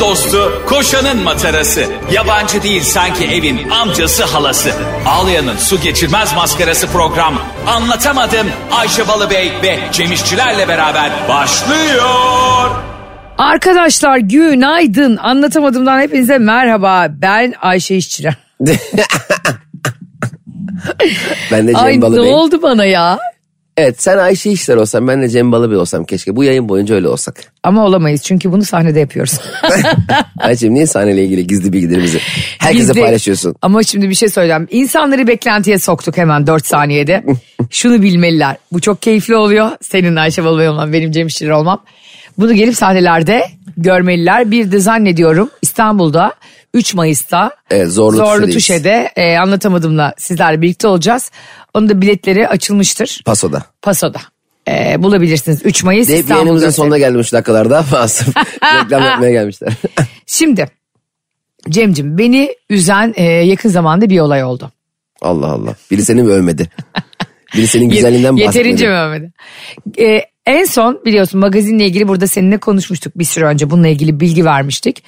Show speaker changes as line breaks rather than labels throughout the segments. dostu, koşanın matarası. Yabancı değil sanki evin amcası halası. Ağlayanın su geçirmez maskarası program. Anlatamadım Ayşe Balıbey ve Cemişçilerle beraber başlıyor.
Arkadaşlar günaydın. Anlatamadığımdan hepinize merhaba. Ben Ayşe İşçiler.
Ben de Cem
Ay ne
Balıbey.
oldu bana ya?
Evet sen Ayşe İşler olsan ben de Cem Balıbey olsam keşke. Bu yayın boyunca öyle olsak.
Ama olamayız çünkü bunu sahnede yapıyoruz.
Ayşe'm niye sahneyle ilgili gizli bilgilerimizi herkese
Biz de-
paylaşıyorsun?
Ama şimdi bir şey söyleyeceğim. İnsanları beklentiye soktuk hemen 4 saniyede. Şunu bilmeliler. Bu çok keyifli oluyor. Senin Ayşe Balıbey olman, benim Cem İşçiler olmam. Bunu gelip sahnelerde görmeliler. Bir de zannediyorum İstanbul'da 3 Mayıs'ta
Evet, Zorlu Tuşe'deyiz.
Tuşe'de e, anlatamadığımla sizlerle birlikte olacağız. Onun da biletleri açılmıştır.
Paso'da.
Paso'da. Ee, bulabilirsiniz 3 Mayıs
Deyip yayınımızın
İstanbul'da.
sonuna geldim şu dakikalarda ama aslında reklam yapmaya gelmişler.
Şimdi Cemcim beni üzen e, yakın zamanda bir olay oldu.
Allah Allah. Biri seni mi övmedi? Biri senin güzelliğinden bahsetmedi.
Yeterince mi övmedi? Ee, en son biliyorsun magazinle ilgili burada seninle konuşmuştuk bir süre önce bununla ilgili bilgi vermiştik.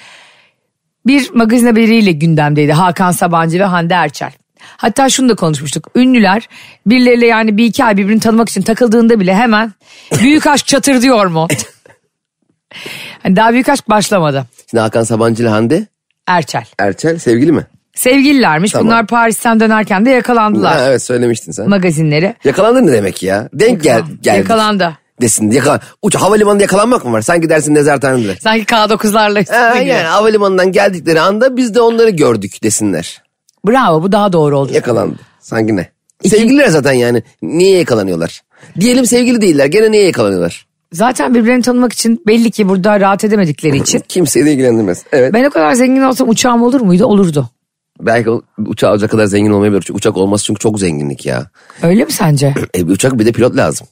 Bir magazin haberiyle gündemdeydi Hakan Sabancı ve Hande Erçel. Hatta şunu da konuşmuştuk. Ünlüler birileriyle yani bir iki ay birbirini tanımak için takıldığında bile hemen büyük aşk çatır diyor mu? Hani daha büyük aşk başlamadı.
Şimdi Hakan Sabancı ile Hande
Erçel.
Erçel sevgili mi?
Sevgililermiş.
Tamam.
Bunlar Paris'ten dönerken de yakalandılar
Ha, evet söylemiştin sen.
magazinleri.
Yakalandın ne demek ya? Denk gel, geldik.
Yakalandı.
Desin yakalan. Uç havalimanında yakalanmak mı var? Sanki dersin nezarethanede.
Sanki K9'larla
Ha,
üstüne
yani havalimanından geldikleri anda biz de onları gördük desinler.
Bravo bu daha doğru oldu.
Yakalandı. Sanki ne? Sevgililer zaten yani. Niye yakalanıyorlar? Diyelim sevgili değiller. Gene niye yakalanıyorlar?
Zaten birbirlerini tanımak için belli ki burada rahat edemedikleri için.
Kimseyi de ilgilendirmez. Evet.
Ben o kadar zengin olsam uçağım olur muydu? Olurdu.
Belki o- uçağı alacak kadar zengin olmayabilir. Çünkü uçak olması çünkü çok zenginlik ya.
Öyle mi sence?
E, bir uçak bir de pilot lazım.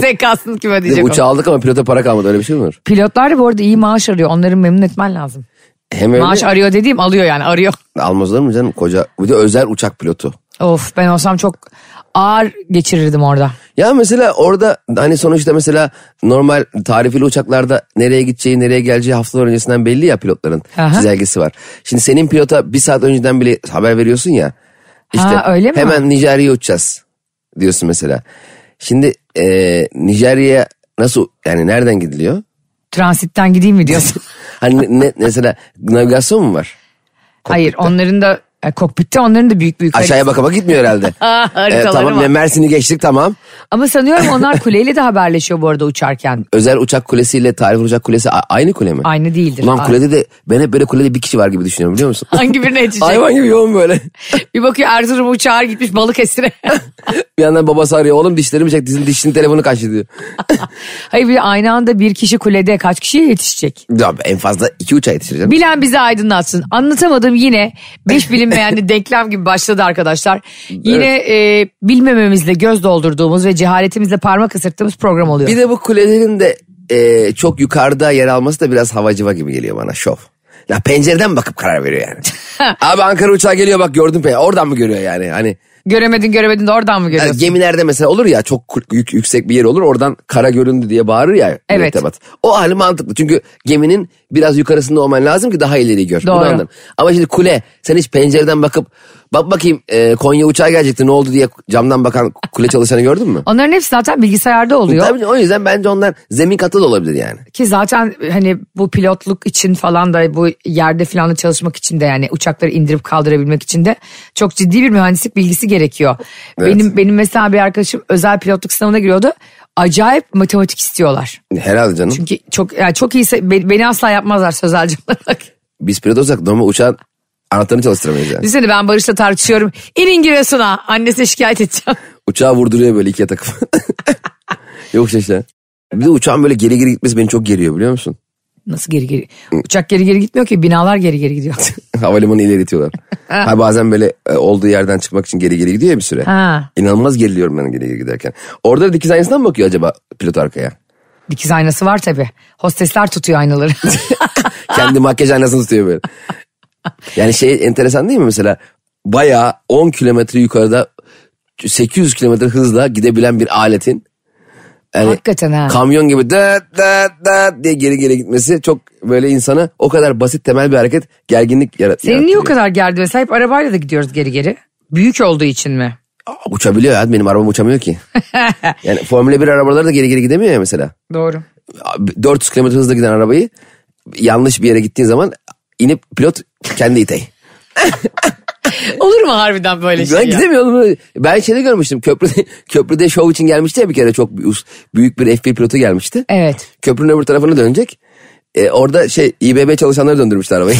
Sen kalsın kime
Bir de
diyecek
uçağı aldık ama pilota para kalmadı. Öyle bir şey mi olur?
o. Pilotlar da bu arada iyi maaş arıyor. Onları memnun etmen lazım.
Hem öyle.
Maaş arıyor dediğim alıyor yani arıyor.
Almazlar mı canım? Koca. Bir de özel uçak pilotu.
Of ben olsam çok ağır geçirirdim orada.
Ya mesela orada hani sonuçta mesela normal tarifeli uçaklarda nereye gideceği nereye geleceği haftalar öncesinden belli ya pilotların
Aha.
çizelgesi var. Şimdi senin pilota bir saat önceden bile haber veriyorsun ya. İşte
Ha, öyle mi?
Hemen Nijerya'ya uçacağız diyorsun mesela. Şimdi eee Nijerya'ya nasıl yani nereden gidiliyor?
Transitten gideyim mi diyorsun?
Hani ne, mesela navigasyon mu var?
Hayır onların da e, kokpitte onların da büyük büyük.
Aşağıya baka bak gitmiyor herhalde.
Haritaları
tamam
var.
Mersin'i geçtik tamam.
Ama sanıyorum onlar kuleyle de haberleşiyor bu arada uçarken.
özel uçak kulesiyle tarif uçak kulesi a- aynı kule mi?
Aynı değildir.
Ulan
Aynı.
kulede de ben hep böyle kulede bir kişi var gibi düşünüyorum biliyor musun?
Hangi birine yetecek?
Hayvan gibi yoğun böyle.
Bir bakıyor Erzurum uçağı gitmiş Balıkesir'e.
bir yandan babası arıyor oğlum dişlerimi çek dizin dişinin telefonu kaçtı diyor.
Hayır bir de aynı anda bir kişi kulede kaç kişiye yetişecek?
Ya en fazla iki uçağa yetiştireceğim.
Bilen bizi aydınlatsın. Anlatamadım yine beş bilinmeyenli denklem gibi başladı arkadaşlar. Yine e, bilmememizle göz doldurduğumuz ve cehaletimizle parmak ısırttığımız program oluyor.
Bir de bu kulelerin de e, çok yukarıda yer alması da biraz havacıva gibi geliyor bana şov. Ya pencereden bakıp karar veriyor yani. Abi Ankara uçağı geliyor bak gördün pe. Oradan mı görüyor yani? Hani
Göremedin göremedin de oradan mı
Yani
görüyorsun?
E, gemilerde mesela olur ya çok kul- yük, yüksek bir yer olur oradan kara göründü diye bağırır ya
Evet.
mürettebat. O hali mantıklı çünkü geminin biraz yukarısında olman lazım ki daha ileri gör. Bunu
Doğru.
anlarım. Ama şimdi kule sen hiç pencereden bakıp bak bakayım e, Konya uçağı gelecekti ne oldu diye camdan bakan kule çalışanı gördün mü?
Onların hepsi zaten bilgisayarda oluyor.
Tabii o yüzden bence onlar zemin katı da olabilir yani.
Ki zaten hani bu pilotluk için falan da bu yerde falan da çalışmak için de yani uçakları indirip kaldırabilmek için de çok ciddi bir mühendislik bilgisi gerekiyor.
Evet.
Benim benim mesela bir arkadaşım özel pilotluk sınavına giriyordu. Acayip matematik istiyorlar.
Herhalde canım.
Çünkü çok yani çok iyi beni, beni asla yapmazlar sözelci olarak.
Biz pilot olsak normal uçağın anahtarını çalıştıramayız yani.
Düşünsene ben Barış'la tartışıyorum. İnin Giresun'a annesine şikayet edeceğim.
Uçağı vurduruyor böyle ikiye takıp. Yok işte. Bir de uçağın böyle geri geri gitmesi beni çok geriyor biliyor musun?
Nasıl geri geri? Uçak geri geri gitmiyor ki binalar geri geri gidiyor.
Havalimanı ilerletiyorlar. ha bazen böyle e, olduğu yerden çıkmak için geri geri gidiyor ya bir süre.
Ha.
İnanılmaz geriliyorum ben geri geri giderken. Orada da dikiz aynasından mı bakıyor acaba pilot arkaya?
Dikiz aynası var tabii. Hostesler tutuyor aynaları. Ah!
Kendi makyaj aynasını tutuyor böyle. Yani şey enteresan değil mi mesela? Bayağı 10 kilometre yukarıda 800 kilometre hızla gidebilen bir aletin Yani
Hakikaten ha.
Kamyon gibi dıt dıt dıt diye geri geri gitmesi çok böyle insana o kadar basit temel bir hareket gerginlik yarat
Senin niye
yarattırıyor.
o kadar gerdi mesela hep arabayla da gidiyoruz geri geri. Büyük olduğu için mi?
Aa, Uçabiliyor ya benim arabam uçamıyor ki. yani Formula 1 arabaları da geri geri gidemiyor ya mesela.
Doğru.
400 km hızla giden arabayı yanlış bir yere gittiğin zaman inip pilot kendi itey.
Olur mu harbiden böyle şey
Ben
ya?
gidemiyorum. Ben şeyde görmüştüm köprüde, köprüde şov için gelmişti ya bir kere çok büyük- büyük bir F1 pilotu gelmişti.
Evet.
Köprünün öbür tarafına dönecek. E, orada şey İBB çalışanları döndürmüşler arabayı.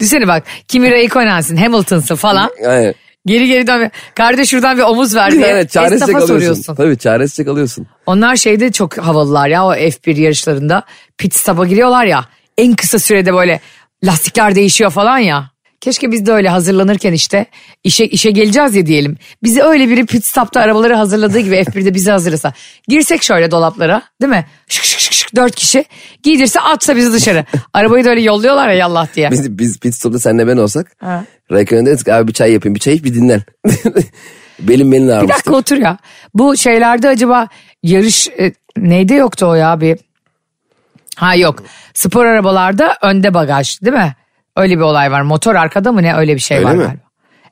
Düşsene bak Kimi Räikkönen'sin Hamilton'sın falan.
yani,
Geri geri dön. Kardeş şuradan bir omuz ver diye
yani çaresizce
esnafa
kalıyorsun.
soruyorsun.
Tabii çaresizce kalıyorsun.
Onlar şeyde çok havalılar ya o F1 yarışlarında. Pit stop'a giriyorlar ya. En kısa sürede böyle lastikler değişiyor falan ya. Keşke biz de öyle hazırlanırken işte işe işe geleceğiz ya diyelim. Bizi öyle biri pit stop'ta arabaları hazırladığı gibi F1'de bizi hazırlasa. Girsek şöyle dolaplara değil mi? Şık şık şık şık dört kişi. Giydirse atsa bizi dışarı. Arabayı da öyle yolluyorlar ya yallah diye.
Biz, biz pit stopta senle ben olsak.
Ha.
Raykön'e dedik ki, abi bir çay yapayım bir çay iç bir dinlen. Belim belin
Bir
ağrımıştı.
dakika otur ya. Bu şeylerde acaba yarış e, neyde yoktu o ya bir? Ha yok. Spor arabalarda önde bagaj değil mi? Öyle bir olay var. Motor arkada mı ne öyle bir şey
Öyle
var
mi?
galiba.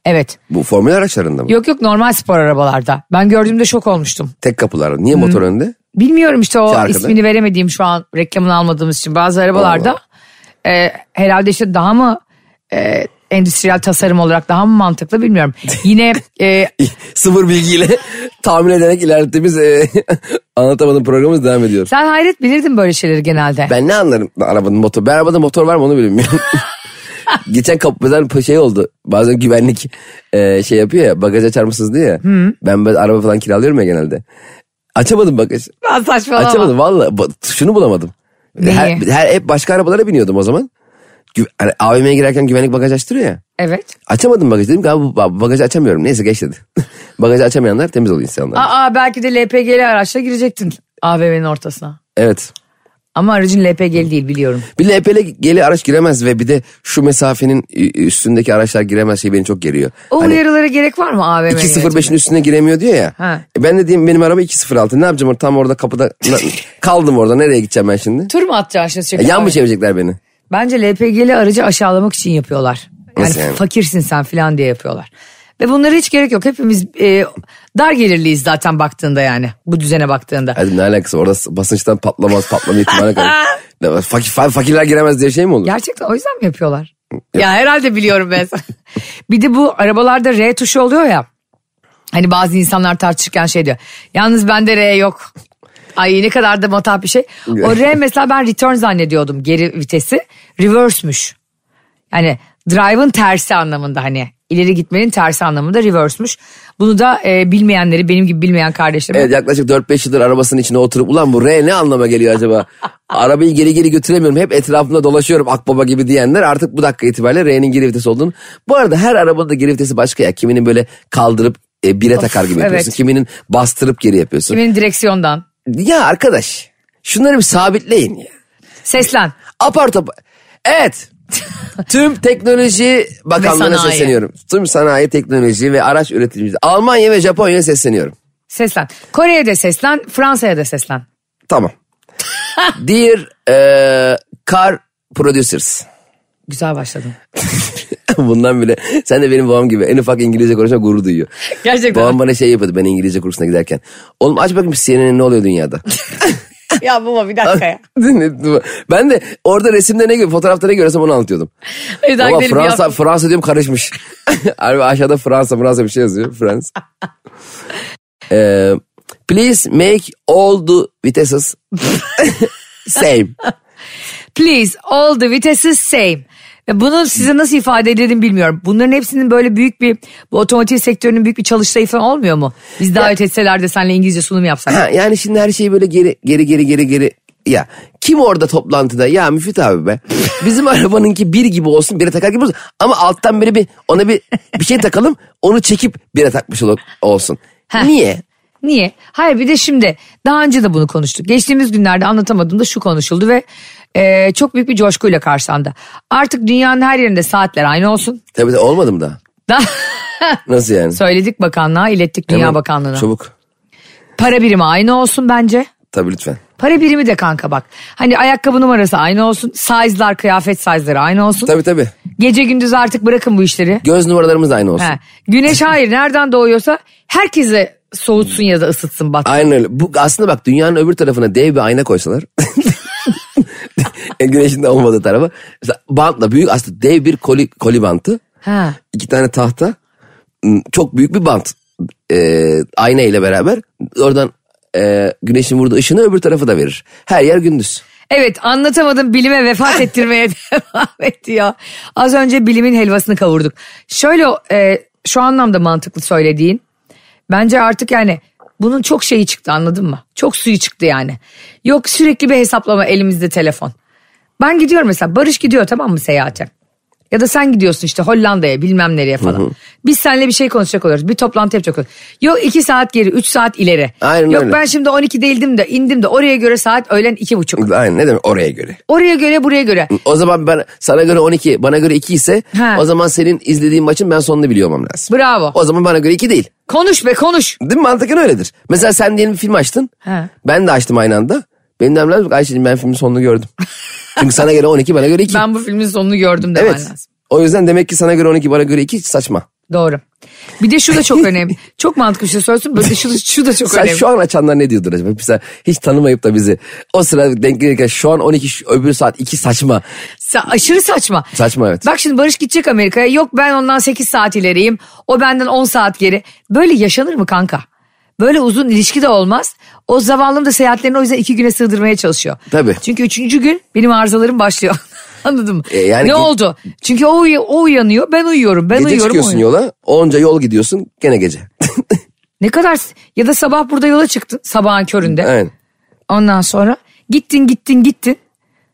Evet.
Bu formül araçlarında mı?
Yok yok normal spor arabalarda. Ben gördüğümde şok olmuştum.
Tek kapılar. Niye motor önde?
Bilmiyorum işte o
İşte Şey arkada.
ismini veremediğim şu an reklamını almadığımız için bazı arabalarda e, herhalde işte daha mı e, endüstriyel tasarım olarak daha mı mantıklı bilmiyorum. Yine e,
Sıfır bilgiyle tahmin ederek ilerlettiğimiz e, anlatamadığım programımız devam ediyor.
sen hayret bilirdin böyle şeyleri genelde.
Ben ne anlarım arabanın motor. Ben arabada motor var mı onu bilmiyorum. Geçen kapıdan şey oldu. Bazen güvenlik e, şey yapıyor ya bagaj açar mısınız diye. ya. Ben böyle araba falan kiralıyorum ya genelde. Açamadım bagaj.
Ben saçmalama.
Açamadım valla. Ba- Tuşunu bulamadım.
Neyi?
Her, her- hep başka arabalara biniyordum o zaman. Gü- hani AVM'ye girerken güvenlik bagaj açtırıyor ya.
Evet.
Açamadım bagajı dedim ki abi bu ba- bagajı açamıyorum. Neyse geç dedi. bagajı açamayanlar temiz oluyor insanlar.
Aa belki de LPG'li araçla girecektin AVM'nin ortasına.
Evet.
Ama aracın LPG'li değil biliyorum.
Bir LPL geli araç giremez ve bir de şu mesafenin üstündeki araçlar giremez şey beni çok geriyor.
O
Hani
uyarılara gerek var mı AVM'ye?
2.05'in üstüne giremiyor diyor ya.
Ha.
E ben de diyeyim benim araba 2.06 ne yapacağım orada? tam orada kapıda na- kaldım orada nereye gideceğim ben şimdi?
Tur mu atacaksın şimdi?
E,
sürekli
yan mı
AVM?
çevirecekler beni?
Bence LPG'li aracı aşağılamak için yapıyorlar. Yani,
Nasıl yani?
fakirsin sen filan diye yapıyorlar. Ve bunlara hiç gerek yok. Hepimiz e, dar gelirliyiz zaten baktığında yani. Bu düzene baktığında.
Hadi ne alakası var? orada basınçtan patlamaz patlama ihtimali kadar. Ne- Fakir, fa- fakirler giremez diye şey mi olur?
Gerçekten o yüzden mi yapıyorlar? Ya herhalde biliyorum ben. bir de bu arabalarda R tuşu oluyor ya. Hani bazı insanlar tartışırken şey diyor. Yalnız bende R yok. Ay ne kadar da matah bir şey. O R mesela ben return zannediyordum geri vitesi. Reverse'müş. Yani drive'ın tersi anlamında hani ileri gitmenin tersi anlamında reverse'müş. Bunu da e, bilmeyenleri benim gibi bilmeyen kardeşlerim.
Evet yaklaşık 4-5 yıldır arabasının içine oturup ulan bu R ne anlama geliyor acaba? Arabayı geri geri götüremiyorum hep etrafımda dolaşıyorum akbaba gibi diyenler artık bu dakika itibariyle R'nin geri vitesi olduğunu. Bu arada her arabanın da geri vitesi başka ya kiminin böyle kaldırıp e, bire takar gibi yapıyorsun.
evet.
Kiminin bastırıp geri yapıyorsun.
Kimin direksiyondan.
Ya arkadaş şunları bir sabitleyin ya.
Seslen.
Apar topar. Evet. Tüm teknoloji bakanlığına
sanayi.
sesleniyorum. Tüm sanayi, teknoloji ve araç üreticisi. Almanya ve Japonya'ya sesleniyorum.
Seslen. Kore'ye de seslen. Fransa'ya da seslen.
Tamam. Dear e, car producers.
Güzel başladın.
Bundan bile sen de benim babam gibi en ufak İngilizce konuşma gurur duyuyor.
Gerçekten.
Babam bana şey yapıyordu ben İngilizce kursuna giderken. Oğlum aç bakayım CNN ne oluyor dünyada.
ya baba bir dakika ya.
ben de orada resimde ne gibi fotoğrafta ne görsem onu anlatıyordum.
Bir dakika
Baba
benim
Fransa
yap-
Fransa diyorum karışmış. Abi aşağıda Fransa Fransa bir şey yazıyor. Fransa. Ee, please make all the vitesses same.
Please all the vitesses same. Ya Bunu size nasıl ifade edelim bilmiyorum. Bunların hepsinin böyle büyük bir bu otomotiv sektörünün büyük bir çalıştayı falan olmuyor mu? Biz davet etseler de seninle İngilizce sunum yapsak.
Ha, yani şimdi her şeyi böyle geri geri geri geri geri ya kim orada toplantıda ya Müfit abi be bizim arabanınki bir gibi olsun bire takar gibi olsun ama alttan böyle bir ona bir bir şey takalım onu çekip bire takmış ol- olsun. Niye?
Niye? Hayır bir de şimdi daha önce de bunu konuştuk. Geçtiğimiz günlerde anlatamadığımda şu konuşuldu ve e, çok büyük bir coşkuyla karşılandı. Artık dünyanın her yerinde saatler aynı olsun.
Tabii de olmadı mı daha?
Daha
Nasıl yani?
söyledik bakanlığa ilettik Dünya
Hemen
Bakanlığı'na.
Çabuk.
Para birimi aynı olsun bence.
Tabii lütfen.
Para birimi de kanka bak. Hani ayakkabı numarası aynı olsun. Size'lar, kıyafet size'ları aynı olsun.
Tabii tabii.
Gece gündüz artık bırakın bu işleri.
Göz numaralarımız aynı olsun.
He. Güneş hayır nereden doğuyorsa herkese soğutsun ya da ısıtsın bak.
Aynen öyle. Bu, aslında bak dünyanın öbür tarafına dev bir ayna koysalar. E, Güneşin de olmadığı tarafa. Mesela bantla büyük aslında dev bir koli, koli bantı.
Ha.
iki tane tahta m, çok büyük bir bant e, ayna ile beraber oradan e, güneşin vurduğu ışını öbür tarafı da verir. Her yer gündüz.
Evet anlatamadım bilime vefat ettirmeye devam etti ya. Az önce bilimin helvasını kavurduk. Şöyle e, şu anlamda mantıklı söylediğin. Bence artık yani bunun çok şeyi çıktı anladın mı? Çok suyu çıktı yani. Yok sürekli bir hesaplama elimizde telefon. Ben gidiyorum mesela Barış gidiyor tamam mı seyahate? Ya da sen gidiyorsun işte Hollanda'ya bilmem nereye falan. Biz seninle bir şey konuşacak oluyoruz. Bir toplantı yapacak oluyoruz. Yok iki saat geri, üç saat ileri.
Aynen
Yok
öyle.
ben şimdi 12 değildim de indim de oraya göre saat öğlen iki buçuk.
Aynen ne demek oraya göre.
Oraya göre buraya göre.
O zaman ben sana göre 12 bana göre 2 ise
Ha.
o zaman senin izlediğin maçın ben sonunu biliyor olmam lazım.
Bravo.
O zaman bana göre 2 değil.
Konuş be konuş.
Değil mi mantıken öyledir. Mesela sen diyelim bir film açtın.
Ha.
Ben de açtım aynı anda. Benim de demem lazım ki, Ayşe'cim ben filmin sonunu gördüm. Çünkü sana göre 12 bana göre 2.
Ben bu filmin sonunu gördüm demen
evet.
lazım.
O yüzden demek ki sana göre 12 bana göre 2 saçma.
Doğru. Bir de şu da çok önemli. Çok mantıklı bir şey söylüyorsun. Böyle şu, şu da çok
Sen
önemli.
şu an açanlar ne diyordur acaba? Mesela hiç tanımayıp da bizi o sırada denk gelirken şu an 12 şu- öbür saat 2 saçma.
Sa- aşırı saçma.
Saçma evet.
Bak şimdi Barış gidecek Amerika'ya. Yok ben ondan 8 saat ileriyim. O benden 10 saat geri. Böyle yaşanır mı kanka? Böyle uzun ilişki de olmaz. O zavallım da seyahatlerini o yüzden iki güne sığdırmaya çalışıyor.
Tabii.
Çünkü üçüncü gün benim arızalarım başlıyor. Anladın mı?
E, yani
ne
ge-
oldu? Çünkü o, uyu- o uyanıyor ben uyuyorum. Ben
Gece
uyuyorum. o
çıkıyorsun
uyanıyor.
yola onca yol gidiyorsun gene gece.
Ne kadar ya da sabah burada yola çıktın sabahın köründe.
Aynen.
Ondan sonra gittin gittin gittin.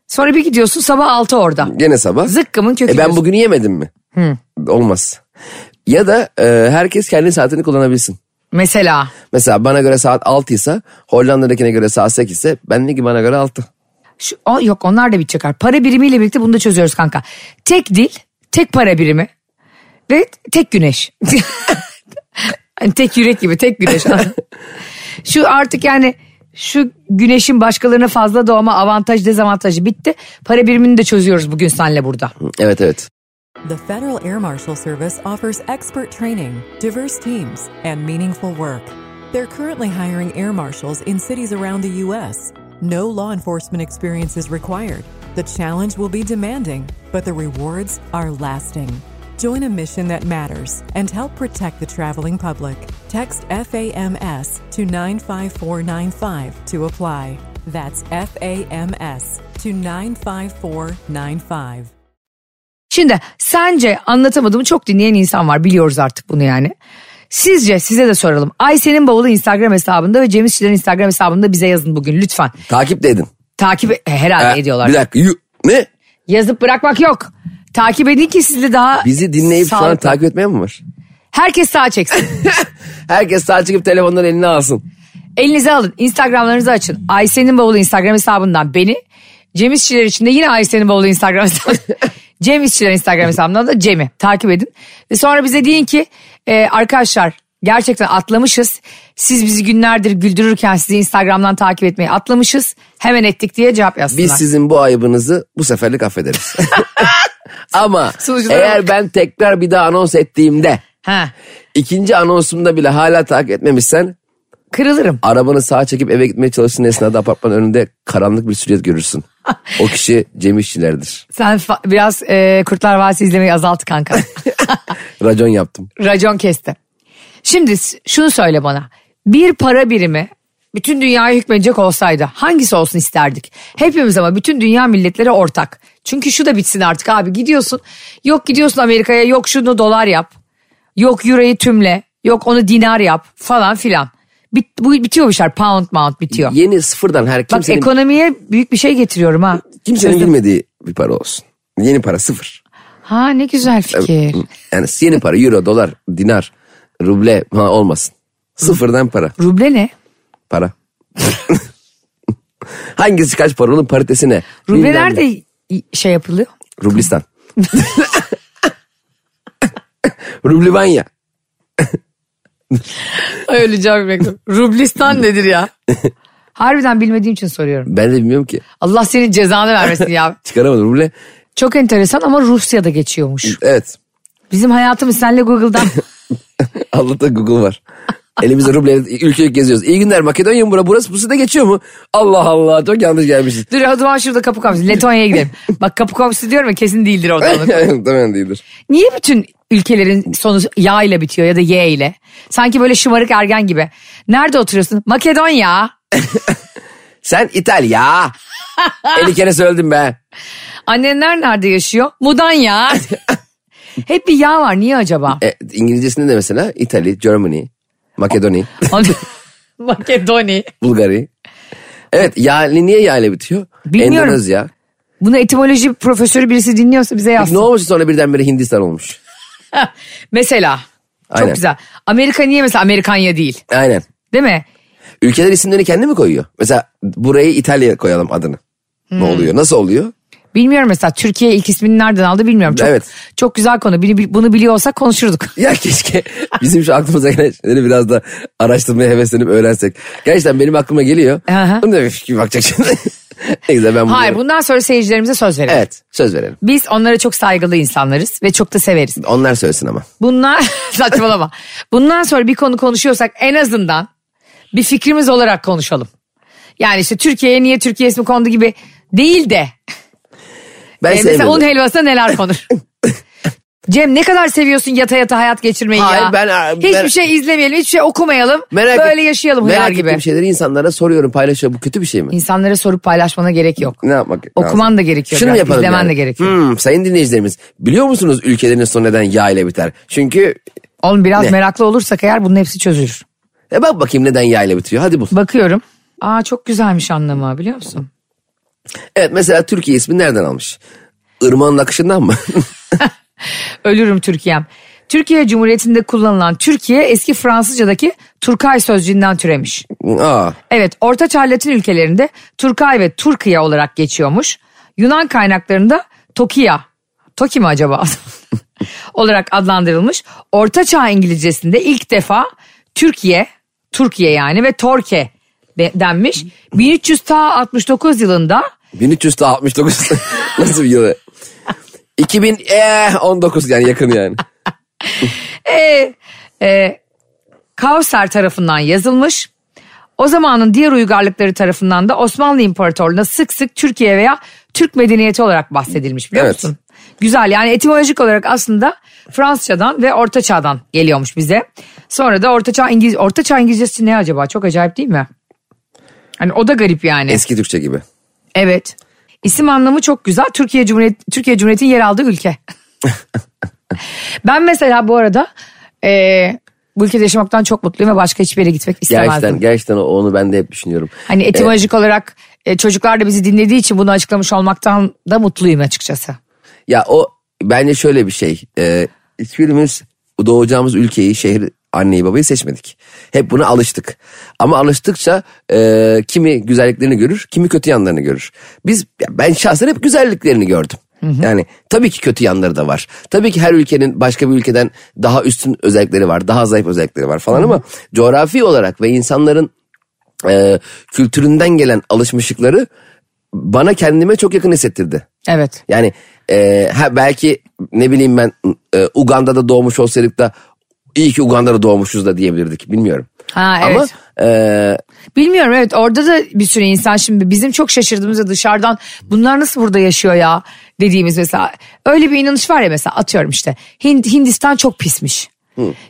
Sonra bir gidiyorsun sabah 6 orada.
Gene sabah.
Zıkkımın kökü.
E ben
diyorsun.
bugünü yemedim mi? Olmaz. Ya da e, herkes kendi saatini kullanabilsin.
Mesela
Mesela bana göre saat 6 ise Hollanda'dakine göre saat 8 ise bendeki bana göre 6.
şu, o, yok onlar da bir çıkar. Para birimiyle birlikte bunu da çözüyoruz kanka. Tek dil, tek para birimi ve tek güneş. hani tek yürek gibi tek güneş. şu artık yani şu güneşin başkalarına fazla doğma avantaj dezavantajı bitti. Para birimini de çözüyoruz bugün senle burada.
Evet evet.
The Federal Air Marshal Service offers expert training, diverse teams, and meaningful work. They're currently hiring air marshals in cities around the U.S. No law enforcement experience is required. The challenge will be demanding, but the rewards are lasting. Join a mission that matters and help protect the traveling public. Text FAMS to 95495 to apply. That's FAMS to 95495.
Şimdi sence anlatamadığımı çok dinleyen insan var biliyoruz artık bunu yani. Sizce size de soralım. Ayşe'nin bavulu Instagram hesabında ve Cem İşçilerin Instagram hesabında bize yazın bugün lütfen.
Takip de edin.
Takip e, herhalde
E,
ediyorlar.
Bir dakika. yu- ne?
Yazıp bırakmak yok. Takip edin ki siz de daha
Bizi dinleyip şu an
sağlıklı.
takip etmeye mi var?
Herkes sağ çeksin.
Herkes saat çıkıp telefonları eline alsın.
Elinize alın. Instagramlarınızı açın. Ayşe'nin bavulu Instagram hesabından beni. Cem İşçiler için de yine Ayşe'nin bavulu Instagram hesabından. Cem İşçiler Instagram hesabından da Cem'i takip edin. Ve sonra bize deyin ki e, arkadaşlar gerçekten atlamışız. Siz bizi günlerdir güldürürken sizi Instagram'dan takip etmeyi atlamışız. Hemen ettik diye cevap yazsınlar.
Biz sizin bu ayıbınızı bu seferlik affederiz. Ama
Sunuculara
eğer
bak.
ben tekrar bir daha anons ettiğimde
Ha,
ikinci anonsumda bile hala takip etmemişsen
kırılırım.
arabanı sağa çekip eve gitmeye çalıştığın esnada apartmanın önünde karanlık bir silüet görürsün. O kişi Cem İşçilerdir.
Sen fa- biraz e, Kurtlar Vadisi izlemeyi azalt kanka.
Racon yaptım.
Racon kesti. Şimdi s- şunu söyle bana. Bir para birimi bütün dünyaya hükmedecek olsaydı hangisi olsun isterdik? Hepimiz ama bütün dünya milletleri ortak. Çünkü şu da bitsin artık abi gidiyorsun. Yok gidiyorsun Amerika'ya yok şunu dolar yap. Yok euroyu tümle. Yok onu dinar yap falan filan. Bit, bu bitiyor bir şeyler. Pound mount bitiyor.
Yeni sıfırdan her
Bak
kimsenin,
ekonomiye büyük bir şey getiriyorum ha.
kimsenin bilmediği bir para olsun. Yeni para sıfır.
Ha ne güzel fikir.
Yani yeni para euro, dolar, dinar, ruble falan olmasın. Sıfırdan para.
Ruble ne?
Para. Hangisi kaç para onun paritesi ne?
Ruble
Bilmem ne.
nerede y- şey yapılıyor?
Rublistan. Rublivanya.
Öleceğim bekliyorum. Rublistan nedir ya? Harbiden bilmediğim için soruyorum.
Ben de bilmiyorum ki.
Allah senin cezanı vermesin ya.
Çıkaramadım ruble.
Çok enteresan ama Rusya'da geçiyormuş.
Evet.
Bizim hayatımız senle Google'dan.
Allah'ta Google var. Elimizde ruble ülkeyi geziyoruz. İyi günler Makedonya mı bura? burası? Burası da geçiyor mu? Allah Allah çok yanlış gelmişiz.
Dur o zaman şurada kapı komşusu. Letonya'ya gidelim. Bak kapı komşusu diyorum ya kesin değildir o zaman.
Tamam değildir.
Niye bütün ülkelerin sonu ya ile bitiyor ya da ye ile? Sanki böyle şımarık ergen gibi. Nerede oturuyorsun? Makedonya.
Sen İtalya. 50 kere söyledim be.
Annenler nerede yaşıyor? Mudanya. Hep bir ya var. Niye acaba?
E, İngilizcesinde de mesela İtalya, Germany, Makedoni,
Makedoni.
Bulgari. Evet yani niye ya ile bitiyor?
Bilmiyorum.
Endonezya.
Bunu etimoloji profesörü birisi dinliyorsa bize yazsın.
Ne olmuş sonra birdenbire Hindistan olmuş.
Mesela. Çok
Aynen.
güzel. Amerika niye mesela Amerikanya değil?
Aynen.
Değil mi?
Ülkeler isimlerini kendi mi koyuyor? Mesela burayı İtalya koyalım adını.
Hmm.
Ne oluyor? Nasıl oluyor?
Bilmiyorum mesela Türkiye ilk ismini nereden aldı bilmiyorum. Çok,
Evet.
Çok güzel konu. Bili- Bunu biliyor olsak konuşurduk.
Ya keşke bizim şu aklımıza gelen şeyleri biraz da araştırmaya heveslenip öğrensek. Gerçekten benim aklıma geliyor.
Aha.
Bunu da bir fikir bakacak şimdi. ne güzel ben bunu.
Hayır bundan sonra seyircilerimize söz verelim.
Evet söz verelim.
Biz onlara çok saygılı insanlarız ve çok da severiz.
Onlar söylesin ama.
Bunlar saçmalama. Bundan sonra bir konu konuşuyorsak en azından bir fikrimiz olarak konuşalım. Yani işte Türkiye'ye niye Türkiye ismi kondu gibi değil de
Ben
e, mesela
sevmiyorum.
un helvasına neler konur. Cem ne kadar seviyorsun yata yata hayat geçirmeyi
Hayır,
ya.
ben- ben-
hiçbir şey izlemeyelim, hiçbir şey okumayalım.
Merak et-
böyle yaşayalım hıyar
Merak
gibi.
ettiğim şey- şeyleri insanlara soruyorum paylaşıyorum. Bu kötü bir şey mi?
İnsanlara sorup paylaşmana gerek yok.
Ne yapmak
Okuman
lazım?
da gerekiyor
Şunu mu
biraz,
yapalım
izlemen
yani?
de gerekiyor.
Hmm, sayın dinleyicilerimiz biliyor musunuz ülkelerin sonu neden yağ ile biter? Çünkü
Oğlum biraz
Ne?
meraklı olursak eğer bunun hepsi çözülür.
e bak bakayım neden yağ ile bitiyor hadi bul.
Bakıyorum. Aa çok güzelmiş anlamı biliyor musun?
Evet mesela Türkiye ismi nereden almış? Irmağın akışından mı?
Ölürüm Türkiye'm. Türkiye Cumhuriyeti'nde kullanılan Türkiye eski Fransızcadaki Turkay sözcüğünden türemiş.
Aa,
Evet Orta Çağ Latin ülkelerinde Turkay ve Turkiye olarak geçiyormuş. Yunan kaynaklarında Tokia, Toki mi acaba olarak adlandırılmış. Orta Çağ İngilizcesinde ilk defa Türkiye, Türkiye yani ve Torke de- denmiş. 1369 yılında
1369 nasıl bir yıl? 2019 yani yakın yani.
e, e, Kavser tarafından yazılmış. O zamanın diğer uygarlıkları tarafından da Osmanlı İmparatorluğu'na sık sık Türkiye veya Türk medeniyeti olarak bahsedilmiş biliyor
Evet.
musun? Güzel yani etimolojik olarak aslında Fransızcadan ve Orta Çağ'dan geliyormuş bize. Sonra da Orta Çağ, İngiliz, Orta Çağ İngilizcesi ne acaba? Çok acayip değil mi? Hani o da garip yani.
Eski Türkçe gibi.
Evet. İsim anlamı çok güzel. Türkiye Cumhuriyet Türkiye Cumhuriyeti'nin yer aldığı ülke. ben mesela bu arada eee, bu ülkede yaşamaktan çok mutluyum ve başka hiçbir yere gitmek istemezdim.
Gerçekten, gerçekten onu ben de hep düşünüyorum.
Hani etimolojik olarak e, çocuklar da bizi dinlediği için bunu açıklamış olmaktan da mutluyum açıkçası.
Ya o bence şöyle bir şey. Ee, hiçbirimiz doğacağımız ülkeyi, şehir, anneyi babayı seçmedik. Hep buna alıştık. Ama alıştıkça e, kimi güzelliklerini görür, kimi kötü yanlarını görür. Biz ya ben şahsen hep güzelliklerini gördüm. Yani tabii ki kötü yanları da var. Tabii ki her ülkenin başka bir ülkeden daha üstün özellikleri var, daha zayıf özellikleri var falan ama coğrafi olarak ve insanların e, kültüründen gelen alışmışlıkları bana kendime çok yakın hissettirdi.
Evet.
Yani e, ha, belki ne bileyim ben e, Uganda'da doğmuş olsaydık da iyi ki Uganda'da doğmuşuz da diyebilirdik bilmiyorum.
Ha,
Ama
evet.
e,
Bilmiyorum evet orada da bir sürü insan şimdi bizim çok şaşırdığımız ve dışarıdan bunlar nasıl burada yaşıyor ya dediğimiz mesela öyle bir inanış var ya mesela atıyorum işte Hind- Hindistan çok pismiş.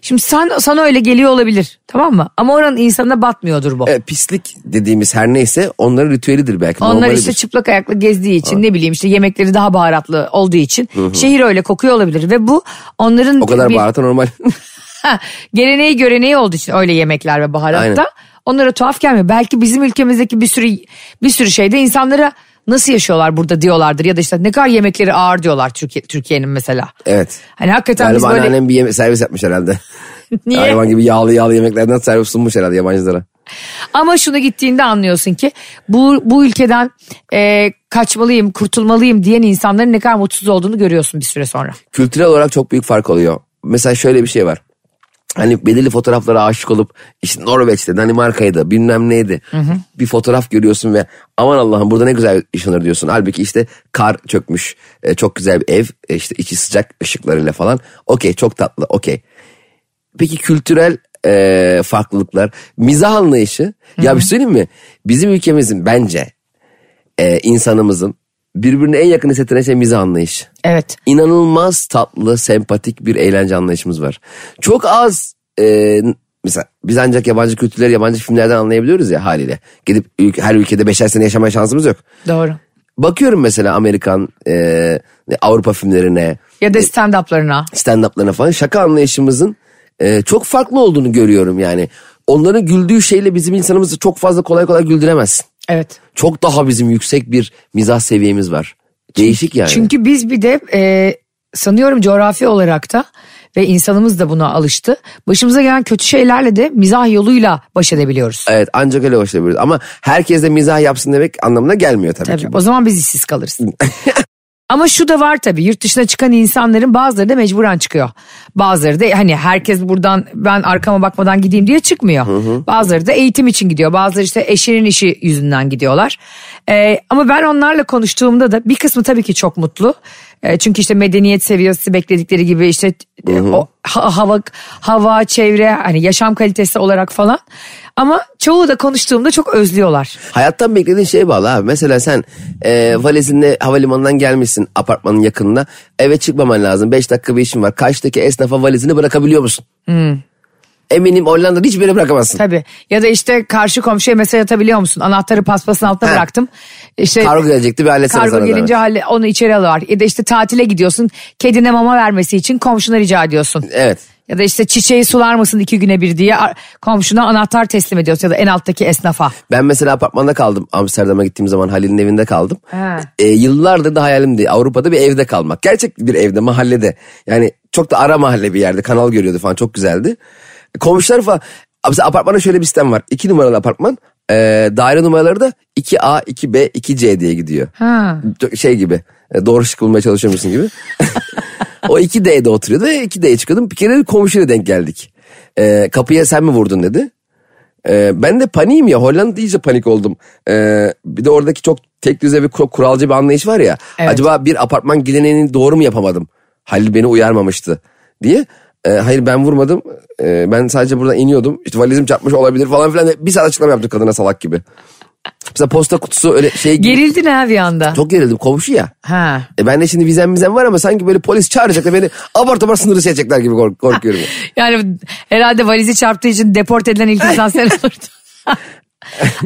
Şimdi sen sana öyle geliyor olabilir tamam mı? Ama oranın insanına batmıyordur bu.
e, pislik dediğimiz her neyse onların ritüelidir belki.
Onlar
normalidir.
işte çıplak ayaklı gezdiği için ne bileyim işte yemekleri daha baharatlı olduğu için şehir öyle kokuyor olabilir ve bu onların
o kadar
bir-
baharata normal.
Ha, geleneği göreneği olduğu için öyle yemekler ve baharat
Aynen.
da onlara tuhaf gelmiyor. Belki bizim ülkemizdeki bir sürü bir sürü şeyde insanlara nasıl yaşıyorlar burada diyorlardır ya da işte ne kadar yemekleri ağır diyorlar Türkiye Türkiye'nin mesela.
evet.
Hani hakikaten
Galiba
biz böyle
anneannem bir yeme- servis yapmış herhalde.
niye?
Hayvan gibi yağlı yağlı yemeklerden servis sunmuş herhalde yabancılara.
Ama şunu gittiğinde anlıyorsun ki bu bu ülkeden e, kaçmalıyım, kurtulmalıyım diyen insanların ne kadar mutsuz olduğunu görüyorsun bir süre sonra.
kültürel olarak çok büyük fark oluyor. Mesela şöyle bir şey var. hani belirli fotoğraflara aşık olup işte Norveç'te, Danimarka'ydı bilmem neydi. Bir fotoğraf görüyorsun ve aman Allah'ım burada ne güzel yaşanır diyorsun. Halbuki işte kar çökmüş, e, çok güzel bir ev, e, işte içi sıcak ışıklarıyla falan. Okey çok tatlı okey. Peki kültürel e, farklılıklar, mizah anlayışı. Ya bir şey söyleyeyim mi? Bizim ülkemizin bence e, insanımızın birbirine en yakın hissettiren şey mizah anlayışı
Evet.
inanılmaz tatlı, sempatik bir eğlence anlayışımız var. Çok az e, mesela biz ancak yabancı kültürleri yabancı filmlerden anlayabiliyoruz ya haliyle. Gidip ülke- her ülkede beşer sene yaşamaya şansımız yok.
Doğru.
Bakıyorum mesela Amerikan, e, Avrupa filmlerine,
Ya da stand-up'larına.
stand-up'larına falan şaka anlayışımızın e, çok farklı olduğunu görüyorum yani. Onların güldüğü şeyle bizim insanımızı çok fazla kolay kolay güldüremezsin.
Evet.
Çok daha bizim yüksek bir mizah seviyemiz var. Değişik yani.
Çünkü biz bir de e, sanıyorum coğrafi olarak da ve insanımız da buna alıştı. Başımıza gelen kötü şeylerle de mizah yoluyla baş edebiliyoruz.
Evet ancak öyle başlayabiliriz. Ama herkes de mizah yapsın demek anlamına gelmiyor tabii, ki.
Tabii. O zaman biz işsiz kalırız. Ama şu da var tabii yurt dışına çıkan insanların bazıları da mecburen çıkıyor. Bazıları da hani herkes buradan ben arkama bakmadan gideyim diye çıkmıyor. Bazıları da eğitim için gidiyor. Bazıları işte eşinin işi yüzünden gidiyorlar. Ee, ama ben onlarla konuştuğumda da bir kısmı tabii ki çok mutlu. Ee, çünkü işte medeniyet seviyesi bekledikleri gibi işte e, o ha- hava hava çevre hani yaşam kalitesi olarak falan. Ama çoğu da konuştuğumda çok özlüyorlar.
Hayattan beklediğin şeye bağlı abi. Mesela sen e, valizinle havalimanından gelmişsin apartmanın yakınına. Eve çıkmaman lazım. 5 dakika bir işin var. Kaçtaki esnafa valizini bırakabiliyor musun?
Hmm.
Eminim Hollanda'da hiçbir yere bırakamazsın.
Tabii. Ya da işte karşı komşuya mesaj atabiliyor musun? Anahtarı paspasın altına
He.
bıraktım. İşte
Kargo gelecekti bir halletsene
Kargo
sana
gelince
zahmet.
halle, onu içeri alıyorlar. Ya da işte tatile gidiyorsun. Kedine mama vermesi için komşuna rica ediyorsun.
Evet.
Ya da işte çiçeği sular mısın iki güne bir diye ar- komşuna anahtar teslim ediyorsun. Ya da en alttaki esnafa.
Ben mesela apartmanda kaldım. Amsterdam'a gittiğim zaman Halil'in evinde kaldım.
He.
E, yıllardır da hayalimdi. Avrupa'da bir evde kalmak. Gerçek bir evde, mahallede. Yani çok da ara mahalle bir yerde. Kanal görüyordu falan. Çok güzeldi. Komşular falan. Mesela apartmanda şöyle bir sistem var. İki numaralı apartman. e, daire numaraları da 2A, 2B, 2C diye gidiyor.
Ha.
Şey gibi. e, Doğru şık bulmaya çalışıyormuşsun gibi. o 2D'de oturuyordu. 2D'ye çıkıyordum. Bir kere komşuyla denk geldik. E, kapıya sen mi vurdun dedi. Ee, ben de paniğim ya Hollanda iyice panik oldum. Ee, bir de oradaki çok tek düze bir kur- kuralcı bir anlayış var ya.
Evet.
Acaba bir apartman geleneğini doğru mu yapamadım? Halil beni uyarmamıştı diye. Ee, hayır ben vurmadım. Ee, ben sadece buradan iniyordum. İşte valizim çarpmış olabilir falan filan. diye Bir saat açıklama yaptık kadına salak gibi. Mesela posta kutusu öyle şey gibi.
Gerildin ha bir anda.
Çok gerildim komşu ya.
Ha.
E ben de şimdi vizem vizem var ama sanki böyle polis çağıracak da beni abart abart sınırı çekecekler gibi kork- korkuyorum.
Yani herhalde valizi çarptığı için deport edilen ilk insan sen olurdun.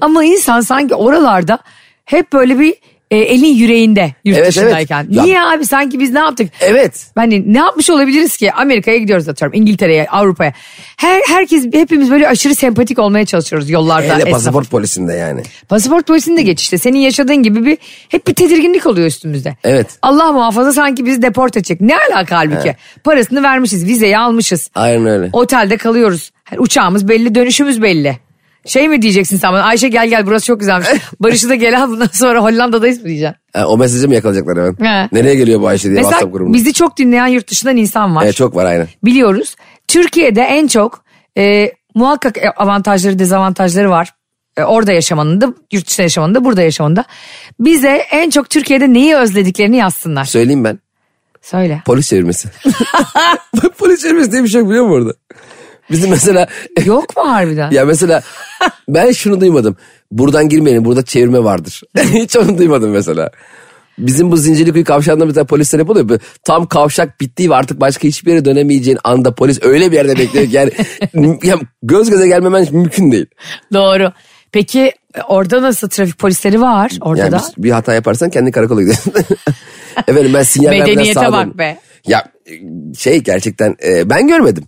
Ama insan sanki oralarda hep böyle bir e, elin yüreğinde yurt
Evet, evet.
dışındayken.
Ya-
Niye abi sanki biz ne yaptık?
evet.
Hani ne yapmış olabiliriz ki? Amerika'ya gidiyoruz atıyorum. İngiltere'ye, Avrupa'ya. Her, herkes hepimiz böyle aşırı sempatik olmaya çalışıyoruz yollarda.
Hele
esnafa.
pasaport polisinde yani.
Pasaport polisini de geç işte. Senin yaşadığın gibi bir hep bir tedirginlik oluyor üstümüzde.
Evet.
Allah muhafaza sanki bizi deport edecek. Ne alaka halbuki? Parasını vermişiz, vizeyi almışız.
Aynen öyle.
Otelde kalıyoruz. Hani uçağımız belli, dönüşümüz belli. Şey mi diyeceksin sen bana? Ayşe gel gel burası çok güzelmiş. Barış'ı da gel al bundan sonra Hollanda'dayız mı diyeceksin?
Ha, o mesajı mı yakalayacaklar hemen?
He.
Nereye geliyor bu Ayşe diye
Mesela
WhatsApp grubuna.
bizi çok dinleyen yurt dışından insan var.
Evet, çok var aynen.
Biliyoruz. Türkiye'de en çok e, muhakkak avantajları dezavantajları var. E, orada yaşamanın da yurt dışında yaşamanın da burada yaşamanın da. Bize en çok Türkiye'de neyi özlediklerini yazsınlar.
Söyleyeyim ben.
Söyle.
Polis çevirmesi. polis çevirmesi diye bir şey yok biliyor musun orada? Bizim mesela
Yok mu harbiden?
ya mesela ben şunu duymadım. Buradan girmeyelim burada çevirme vardır. Hiç onu duymadım mesela. Bizim bu Zincirlikuyu kavşağında mesela polisler hep oluyor. Böyle Tam kavşak bittiği ve artık başka hiçbir yere dönemeyeceğin anda polis öyle bir yerde bekliyor ki yani ya göz göze gelmemen mümkün değil.
Doğru. Peki e, orada nasıl trafik polisleri var orada
Yani
da?
bir, bir hata yaparsan kendi karakola gidiyorsun. Efendim ben sinyal vermeden
Medeniyete
sağa
bak
dönüyorum.
be.
Ya şey gerçekten e, ben görmedim.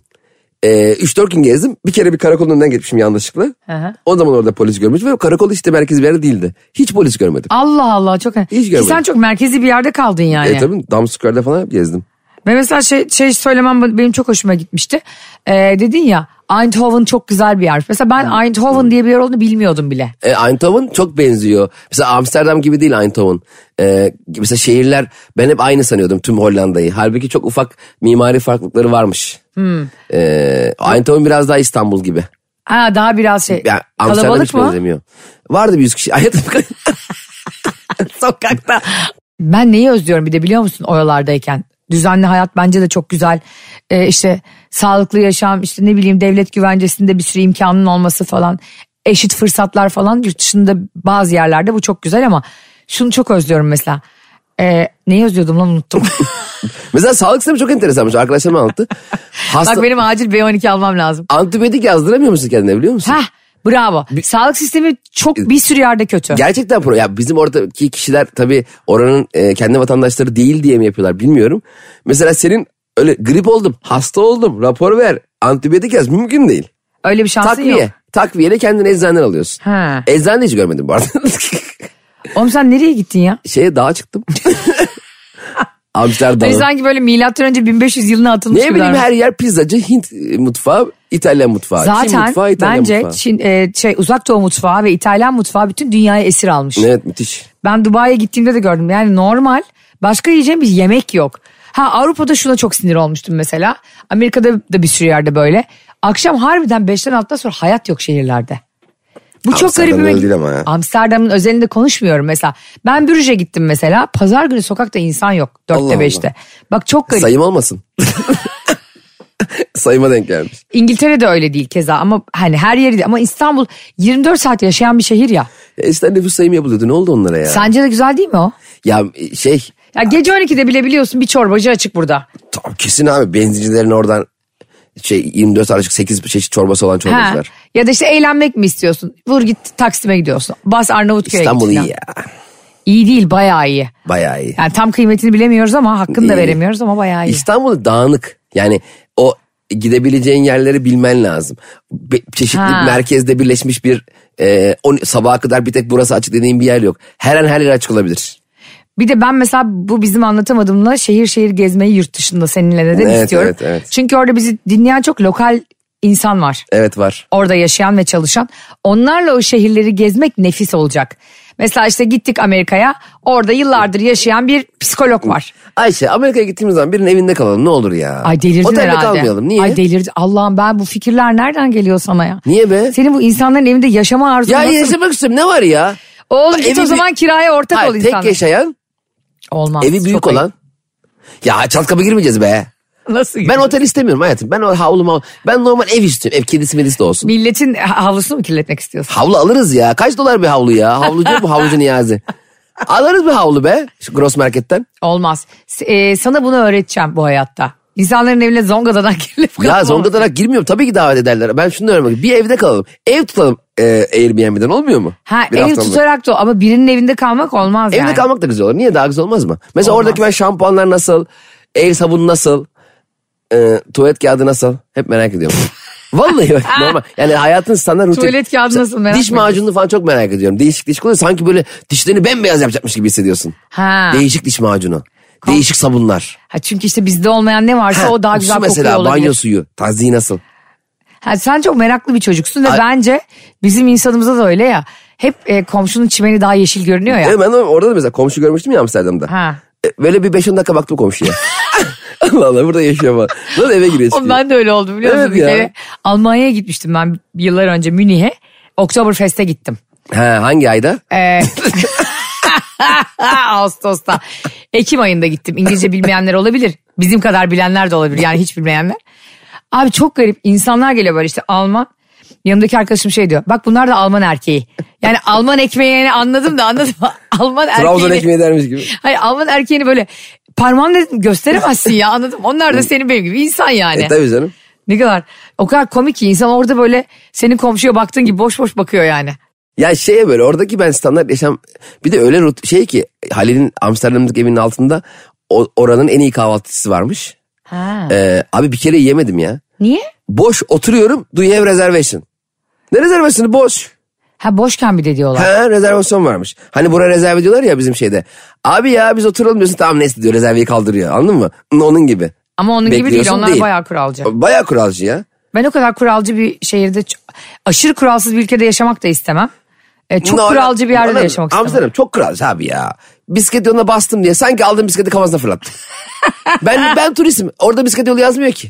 E, 3-4 gün gezdim. Bir kere bir karakolun önünden geçmişim yanlışlıkla.
Hı hı.
O zaman orada polis görmüş ve karakol işte merkez bir yerde değildi. Hiç polis görmedim.
Allah Allah çok. Ki
görmedim.
sen çok merkezi bir yerde kaldın yani.
E tabii Dam Square'da falan hep gezdim.
Ve mesela şey, şey söylemem benim çok hoşuma gitmişti. Ee, dedin ya Eindhoven çok güzel bir yer. Mesela ben Eindhoven diye bir yer olduğunu bilmiyordum bile.
E, Eindhoven çok benziyor. Mesela Amsterdam gibi değil Eindhoven. E, mesela şehirler ben hep aynı sanıyordum tüm Hollanda'yı. Halbuki çok ufak mimari farklılıkları varmış.
Hmm.
E, Eindhoven biraz daha İstanbul gibi.
Ha daha biraz şey
Yani Amsterdam
kalabalık
hiç
mı?
benzemiyor. Vardı bir yüz kişi. Ay, Sokakta.
Ben neyi özlüyorum bir de biliyor musun oralardayken? Düzenli hayat bence de çok güzel. Ee, işte sağlıklı yaşam, işte ne bileyim devlet güvencesinde bir sürü imkanın olması falan. Eşit fırsatlar falan yurt dışında bazı yerlerde bu çok güzel ama şunu çok özlüyorum mesela. Ee, neyi özlüyordum lan unuttum.
Mesela sağlık sistemi çok enteresanmış. Arkadaşlarım anlattı. Hasta,
Bak benim acil B12 almam lazım.
Antibiyotik yazdıramıyor musun kendine biliyor musun?
Heh bravo. Sağlık sistemi çok bir sürü yerde kötü.
Gerçekten pro. Ya bizim oradaki kişiler tabii oranın e, kendi vatandaşları değil diye mi yapıyorlar bilmiyorum. Mesela senin öyle grip oldum, hasta oldum, rapor ver, antibiyotik yaz mümkün değil.
Öyle bir şansın
Takviye.
yok.
Takviyeyle kendini eczaneden alıyorsun.
Ha.
Eczane de hiç görmedim bu arada.
Oğlum sen nereye gittin ya?
Şeye dağa çıktım.
Hani
Amsterdam'a.
sanki böyle milattan önce 1500 yılına atılmış
Ne
gibi
bileyim her yer pizzacı, Hint e, mutfağı, İtalyan mutfağı. Çin
Zaten
mutfağı, İtalyan
bence
mutfağı.
Çin, e, şey, uzak doğu mutfağı ve İtalyan mutfağı bütün dünyayı esir almış.
Evet müthiş.
Ben Dubai'ye gittiğimde de gördüm. Yani normal başka yiyeceğim bir yemek yok. Ha Avrupa'da şuna çok sinir olmuştum mesela. Amerika'da da bir sürü yerde böyle. Akşam harbiden 5'ten 6'dan sonra hayat yok şehirlerde. Bu çok
Amsterdam'ın
garibime
öyle değil ama ya.
Amsterdam'ın özelinde konuşmuyorum mesela. Ben Brüj'e gittim mesela. Pazar günü sokakta insan yok.
Allah
4'te
Allah.
5'te. Bak çok garip.
Sayım olmasın. Sayıma denk gelmiş.
İngiltere de öyle değil keza ama hani her yeri değil. Ama İstanbul 24 saat yaşayan bir şehir ya.
Ya E işte nüfus sayımı yapılıyordu. Ne oldu onlara ya?
Sence de güzel değil mi o?
Ya şey
Ya gece 12'de bile biliyorsun bir çorbacı açık burada.
tam kesin abi benzincilerin oradan şey 24 saat açık 8 çeşit çorbası olan
Ha.
çorbacılar.
Ya da işte eğlenmek mi istiyorsun? Vur git Taksim'e gidiyorsun. Bas Arnavutköy'e
İstanbul
git.
iyi
falan.
ya.
İyi değil bayağı iyi.
Bayağı iyi.
Yani tam kıymetini bilemiyoruz ama hakkını da
İyi.
veremiyoruz ama bayağı iyi.
İstanbul dağınık. Yani o gidebileceğin yerleri bilmen lazım. Be- çeşitli
Ha.
merkezde birleşmiş bir e, on, sabaha kadar bir tek burası açık dediğin bir yer yok. Her an her yer açık olabilir.
Bir de ben mesela bu bizim anlatamadığımla şehir şehir gezmeyi yurt dışında seninle neden
Evet,
istiyorum.
evet, evet.
Çünkü orada bizi dinleyen çok lokal insan var.
Evet var.
orada yaşayan ve çalışan onlarla o şehirleri gezmek nefis olacak. Mesela işte gittik Amerika'ya orada yıllardır yaşayan bir psikolog var.
Ayşe Amerika'ya gittiğimiz zaman birinin evinde kalalım ne olur ya.
Ay delirdin
Otelde
herhalde.
kalmayalım niye?
Ay delirdi. Allah'ım ben bu fikirler nereden geliyor sana ya?
Niye be?
Senin bu insanların evinde yaşama arzun
ya
nasıl?
yaşamak istiyorum ne var ya?
Oğlum git
Evi
o
bir-
zaman kiraya ortak ol
Hayır,
insanlar.
tek yaşayan
Olmaz.
Evi büyük
çok
olan.
ayıp.
Ya çatkaba girmeyeceğiz be.
Nasıl?
Ben
Ben
otel istemiyorum hayatım. Ben o havlu mavlu- Ben normal ev istiyorum. Ev kedisi medisi de olsun.
Milletin havlusunu mu kirletmek istiyorsun?
Havlu alırız ya. Kaç dolar bir havlu ya? Havlucu mu? Havlucu Niyazi. Alırız bir havlu be. Şu gross marketten.
Olmaz. S- e, sana bunu öğreteceğim bu hayatta. İnsanların evine Zongada'dan kirletmek
Ya
olmaz.
Zonguldak'a girmiyorum. Tabii ki davet ederler. Ben şunu öğrenmek Bir evde kalalım. Ev tutalım e, Airbnb'den olmuyor mu?
Ha
Bir
ev
haftalık.
tutarak da ama birinin evinde kalmak olmaz
Evde
yani.
kalmak da güzel olur. Niye daha güzel olmaz mı? Mesela
Olmaz.
oradaki ben şampuanlar nasıl? El sabunu nasıl? e, tuvalet kağıdı nasıl? Hep merak ediyorum. Vallahi bak normal. Yani hayatın standart rutin.
Tuvalet kağıdı nasıl merak
Diş
mı
macununu falan çok merak ediyorum. Değişik diş kullanıyor. Sanki böyle dişlerini bembeyaz yapacakmış gibi hissediyorsun.
Ha.
Değişik diş macunu. Değişik sabunlar.
Ha çünkü işte bizde olmayan ne varsa o daha
Su
güzel kokuyor
mesela,
olabilir.
banyo suyu. Taziği nasıl?
Ha, sen çok meraklı bir çocuksun ve
Ay-
bence bizim insanımızda da öyle ya. Hep e, komşunun çimeni daha yeşil görünüyor ya.
Evet, ben de orada da mesela komşu görmüştüm ya Amsterdam'da.
Ha.
E, Böyle bir 5-10 dakika baktım komşuya. Allah Allah burada yaşıyor falan. Lan eve giriyor
Oğlum
çıkıyor.
ben de öyle oldum biliyor musun?
Evet
bir
ya.
kere Almanya'ya gitmiştim ben yıllar önce Münih'e. Oktoberfest'e gittim.
Ha, hangi ayda?
Ee, Ağustos'ta. Ekim ayında gittim. İngilizce bilmeyenler olabilir. Bizim kadar bilenler de olabilir. Yani hiç bilmeyenler. Abi çok garip. insanlar geliyor böyle işte Alman. Yanımdaki arkadaşım şey diyor. Bak bunlar da Alman erkeği. Yani Alman ekmeği yani anladım da anladım. Alman
Trabzon
erkeğini.
ekmeği dermiş gibi. E,
Hayır Alman erkeğini böyle parmağınla gösteremezsin ya anladım. Onlar da senin benim gibi insan yani.
E tabii canım.
ne kadar o kadar komik ki insan orada böyle senin komşuya baktığın gibi boş boş bakıyor yani.
Ya şeye böyle oradaki ben standart yaşam bir de öyle rut şey ki Halil'in Amsterdam'daki evinin altında o- oranın en iyi kahvaltıcısı varmış.
Ha.
Ee, abi bir kere yemedim ya.
Niye?
Boş oturuyorum do you have reservation? Ne rezervasyonu boş?
Ha boşken bir de diyorlar.
Ha rezervasyon varmış. Hani buna rezerv ediyorlar ya bizim şeyde. Abi ya biz oturalım diyorsun tamam neyse diyor rezerveyi kaldırıyor anladın mı? Onun gibi.
Ama onun gibi değil
Bekliyorsun
onlar
değil.
bayağı kuralcı.
Baya kuralcı ya.
Ben o kadar kuralcı bir şehirde ç- aşırı kuralsız bir ülkede yaşamak da istemem. E, çok
No,
kuralcı bir yerde de
anladım.
yaşamak istemem.
Amsterdam çok kuralcı abi ya. Bisiklet yoluna bastım diye sanki aldım bisikleti kafasına fırlattı. ben ben turistim. Orada bisiklet yolu yazmıyor ki.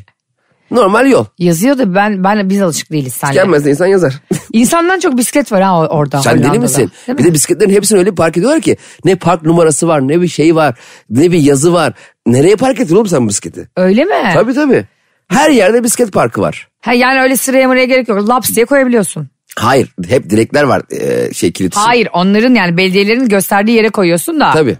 Normal yol.
Yazıyor da ben, ben biz alışık değiliz senle.
Gelmez de insan yazar.
İnsandan çok bisiklet var ha o- orada.
Sen deli
Hollanda'da.
misin?
Değil
bir
mi?
de bisikletlerin hepsini öyle park ediyorlar ki. Ne park numarası var ne bir şey var ne bir yazı var. Nereye park ettin oğlum sen bu bisikleti?
Öyle mi?
Tabii tabii. Her yerde bisiklet parkı var.
Ha, yani öyle sıraya mıraya gerek yok. Laps diye koyabiliyorsun.
Hayır hep dilekler var e, şey kilit için.
Hayır onların yani belediyelerin gösterdiği yere koyuyorsun da.
Tabii.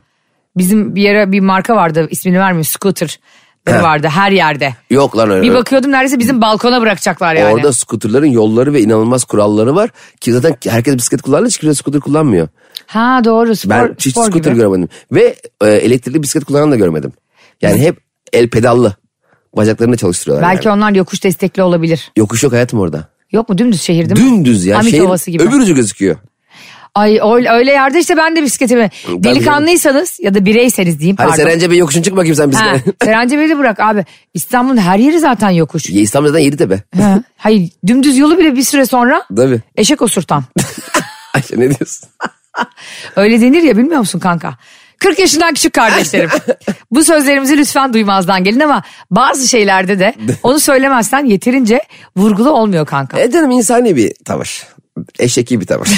Bizim bir yere bir marka vardı ismini vermiyorum scooter
He.
vardı her yerde.
Yok lan öyle.
Bir bakıyordum neredeyse bizim balkona bırakacaklar yani.
Orada skuterların yolları ve inanılmaz kuralları var. Ki zaten herkes bisiklet kullanır hiç kimse skuter kullanmıyor.
Ha doğru spor,
Ben hiç
spor
skuter
gibi.
göremedim. Ve e, elektrikli bisiklet kullanan da görmedim. Yani hep el pedallı. Bacaklarını çalıştırıyorlar
Belki
yani.
onlar yokuş destekli olabilir.
Yokuş yok hayatım orada.
Yok mu dümdüz şehir değil mi?
Dümdüz ya.
Hamit
Şehir,
Ovası gibi.
Öbür ucu gözüküyor.
Ay öyle, öyle yerde işte ben de bisikletimi. Delikanlıysanız ya da bireyseniz diyeyim
Hani
pardon.
Serence Bey yokuşun çık bakayım sen
Ha,
bisiklete.
Serence Bey'i de bırak abi. İstanbul'un her yeri zaten yokuş.
Ya İstanbul zaten Yeditepe.
Ha, Hayır dümdüz yolu bile bir süre sonra
Tabii.
eşek osurtan.
Ayşe ne diyorsun?
Öyle denir ya bilmiyor musun kanka? 40 yaşından küçük kardeşlerim. Bu sözlerimizi lütfen duymazdan gelin ama bazı şeylerde de onu söylemezsen yeterince vurgulu olmuyor kanka.
E canım insani bir tavır. Eşeki bir tavır.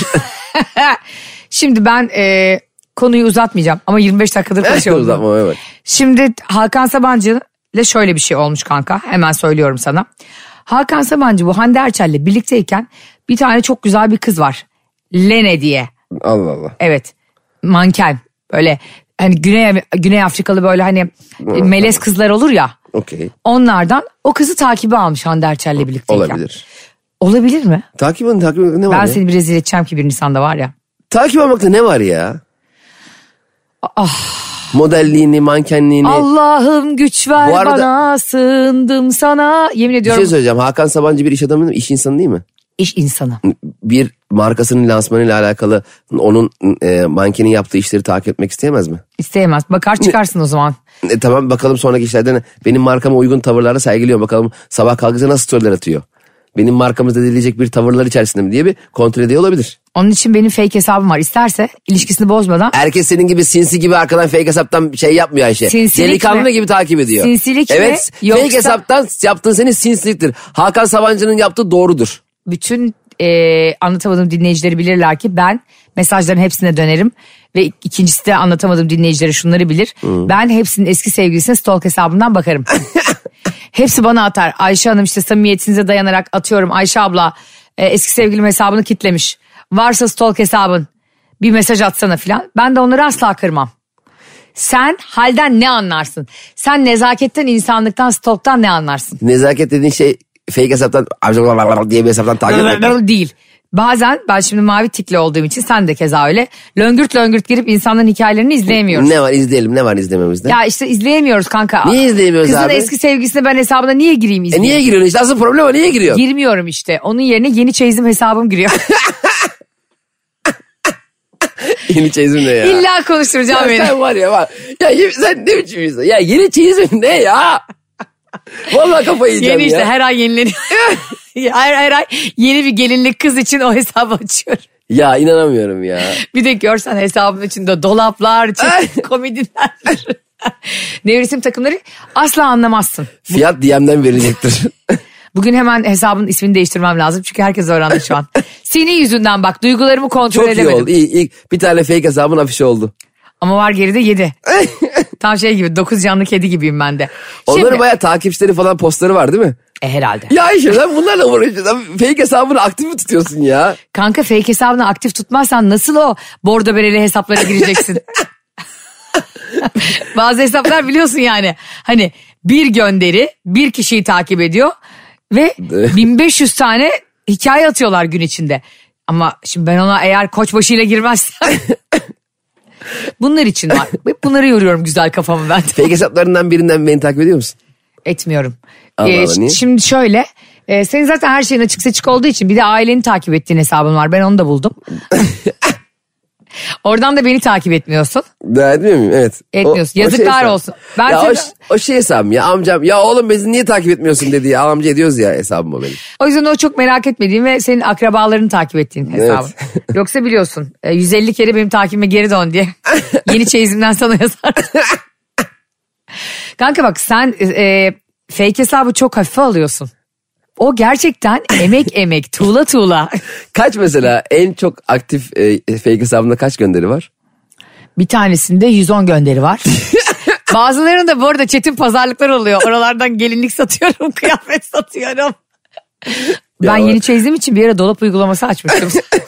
Şimdi ben e, konuyu uzatmayacağım ama 25 dakikadır konuşuyorum.
Uzatma evet.
Şimdi Hakan Sabancı ile şöyle bir şey olmuş kanka. Hemen söylüyorum sana. Hakan Sabancı bu Hande Erçel'le birlikteyken bir tane çok güzel bir kız var. Lene diye.
Allah Allah.
Evet. Manken. Böyle hani Güney, Güney Afrikalı böyle hani e, melez kızlar olur ya.
Okey.
Onlardan o kızı takibe almış Hande Erçel'le birlikteyken.
Olabilir.
Olabilir mi?
Takip edin takip edin ne var
Ben
ya?
seni bir rezil edeceğim ki bir Nisan'da var ya.
Takip almakta ne var ya? Modelliğini, mankenliğini.
Ah. Allah'ım güç ver
Bu arada-
bana sığındım sana. Yemin
Bir
ediyorum
şey söyleyeceğim. Hakan Sabancı bir iş adamı değil mi? İş insanı değil mi?
iş insanı.
Bir markasının lansmanıyla alakalı onun e, mankenin yaptığı işleri takip etmek isteyemez mi?
İsteyemez. Bakar çıkarsın o zaman.
E, tamam bakalım sonraki işlerde ne? benim markama uygun tavırlarda sergiliyor. Bakalım sabah kalkınca nasıl storyler atıyor? Benim markamızda edilecek bir tavırlar içerisinde mi diye bir kontrol ediyor olabilir.
Onun için benim fake hesabım var. İsterse ilişkisini bozmadan
Herkes senin gibi sinsi gibi arkadan fake hesaptan şey yapmıyor Ayşe.
Sinsilik
Delikanlı
mi?
gibi takip ediyor.
Sinsilik mi?
evet, fake
Yoksa-
hesaptan yaptığın senin sinsiliktir. Hakan Sabancı'nın yaptığı doğrudur.
bütün e, anlatamadığım dinleyicileri bilirler ki ben mesajların hepsine dönerim. Ve ik- ikincisi de anlatamadığım dinleyicileri şunları bilir. Ben hepsinin eski sevgilisine stalk hesabından bakarım. Hepsi bana atar. Ayşe Hanım işte samimiyetinize dayanarak atıyorum. Ayşe abla e, eski sevgilim hesabını kitlemiş. Varsa stalk hesabın bir mesaj atsana filan. Ben de onları asla kırmam. Sen halden ne anlarsın? Sen nezaketten, insanlıktan, stalktan ne anlarsın?
Nezaket dediğin şey fake hesaptan diye bir hesaptan takip etmek.
değil. Bazen ben şimdi mavi tikli olduğum için sen de keza öyle löngürt löngürt girip insanların hikayelerini izleyemiyoruz.
Ne var izleyelim ne var izlememizde?
Ya işte izleyemiyoruz kanka.
Niye izleyemiyoruz
Kızın
abi?
eski sevgilisine ben hesabına niye gireyim
E
izleyeyim?
niye giriyorsun işte asıl problem o niye giriyorsun?
Girmiyorum işte. Onun yerine yeni çeyizim hesabım giriyor.
yeni çeyizim ne ya?
İlla konuşturacağım
ya
beni.
sen var ya var. Ya ye- sen ne biçim insan? Ya yeni çeyizim ne ya? Vallahi kafayı yiyeceğim
Yeni
ya.
işte her ay yenileniyor. her, her ay yeni bir gelinlik kız için o hesabı açıyorum.
Ya inanamıyorum ya.
Bir de görsen hesabın içinde dolaplar, çeşitli komediler. Nevresim takımları asla anlamazsın.
Fiyat DM'den verilecektir.
Bugün hemen hesabın ismini değiştirmem lazım. Çünkü herkes öğrendi şu an. Senin yüzünden bak duygularımı kontrol
Çok iyi
edemedim.
oldu. İyi, iyi. Bir tane fake hesabın afişi oldu.
Ama var geride yedi. Tam şey gibi dokuz canlı kedi gibiyim ben de. Şimdi,
Onların bayağı takipçileri falan postları var değil mi?
E, herhalde.
Ya Ayşe lan bunlarla uğraşıyorsun. Lan Fake hesabını aktif mi tutuyorsun ya?
Kanka fake hesabını aktif tutmazsan nasıl o bordo bereli hesaplara gireceksin? Bazı hesaplar biliyorsun yani. Hani bir gönderi bir kişiyi takip ediyor ve 1500 tane hikaye atıyorlar gün içinde. Ama şimdi ben ona eğer koçbaşıyla girmezsem bunlar için var. Hep Bunları yoruyorum güzel kafamı ben.
Fake hesaplarından birinden beni takip ediyor musun?
Etmiyorum.
Allah
Ee,
Allah, niye?
şimdi şöyle e, senin zaten her şeyin açık seçik olduğu için bir de aileni takip ettiğin hesabın var. Ben onu da buldum. Oradan da beni takip etmiyorsun.
Daha etmiyor muyum? Evet. şey
Etmiyorsun. Yazıklar
hesabı.
olsun. Ben
ya o,
seni-
ş- o şey hesabım ya amcam. Ya oğlum bizi niye takip etmiyorsun dedi ya. Amca ediyoruz ya hesabım o benim.
O yüzden o çok merak etmediğim ve senin akrabalarını takip ettiğin hesabı. Yoksa biliyorsun e, 150 kere benim takibime geri dön diye yeni çeyizimden sana yazar. Kanka bak sen e, fake hesabı çok hafife alıyorsun. O gerçekten emek emek tuğla tuğla.
Kaç mesela en çok aktif e, fake hesabında kaç gönderi var?
Bir tanesinde 110 gönderi var. Bazılarında bu arada çetin pazarlıklar oluyor. Oralardan gelinlik satıyorum, kıyafet satıyorum. ben
Ya-
yeni çeyizim için bir ara dolap uygulaması açmıştım.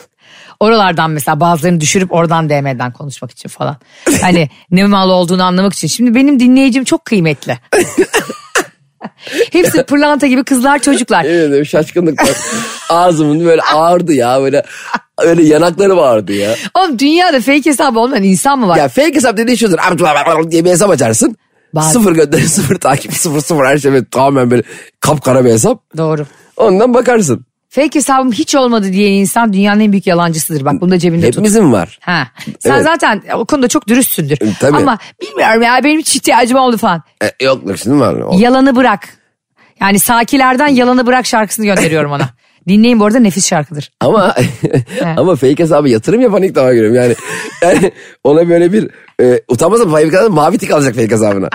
Oralardan mesela bazılarını düşürüp oradan DM'den konuşmak için falan. Hani ne mal olduğunu anlamak için. Şimdi benim dinleyicim çok kıymetli. Hepsi pırlanta gibi kızlar çocuklar.
Yemin ederim şaşkınlıktan ağzımın böyle ağırdı ya böyle öyle yanakları vardı ya.
Oğlum dünyada fake hesabı olmayan insan mı var?
Ya fake hesap dediğin şudur. Amca diye bir hesap açarsın.
Bazı-
Sıfır gönderi sıfır takip sıfır sıfır her şey böyle tamamen böyle kapkara bir hesap.
Doğru.
Ondan bakarsın.
Fake hesabım hiç olmadı diyen insan dünyanın en büyük yalancısıdır. Bak bunu da cebinde tut.
Hepimizin var.
Ha. Sen
Evet.
zaten o konuda çok dürüstsündür.
E, tabii.
Ama bilmiyorum ya benim hiç ihtiyacım oldu falan.
E, yok yok şimdi var. O-
Yalanı bırak. Yani Sakilerden Yalanı Bırak şarkısını gönderiyorum ona. Dinleyin bu arada nefis şarkıdır.
Ama ama fake hesabı yatırım yapan ilk defa görüyorum. Yani, yani ona böyle bir e, utanmasa fake hesabı mavi tik alacak fake hesabına.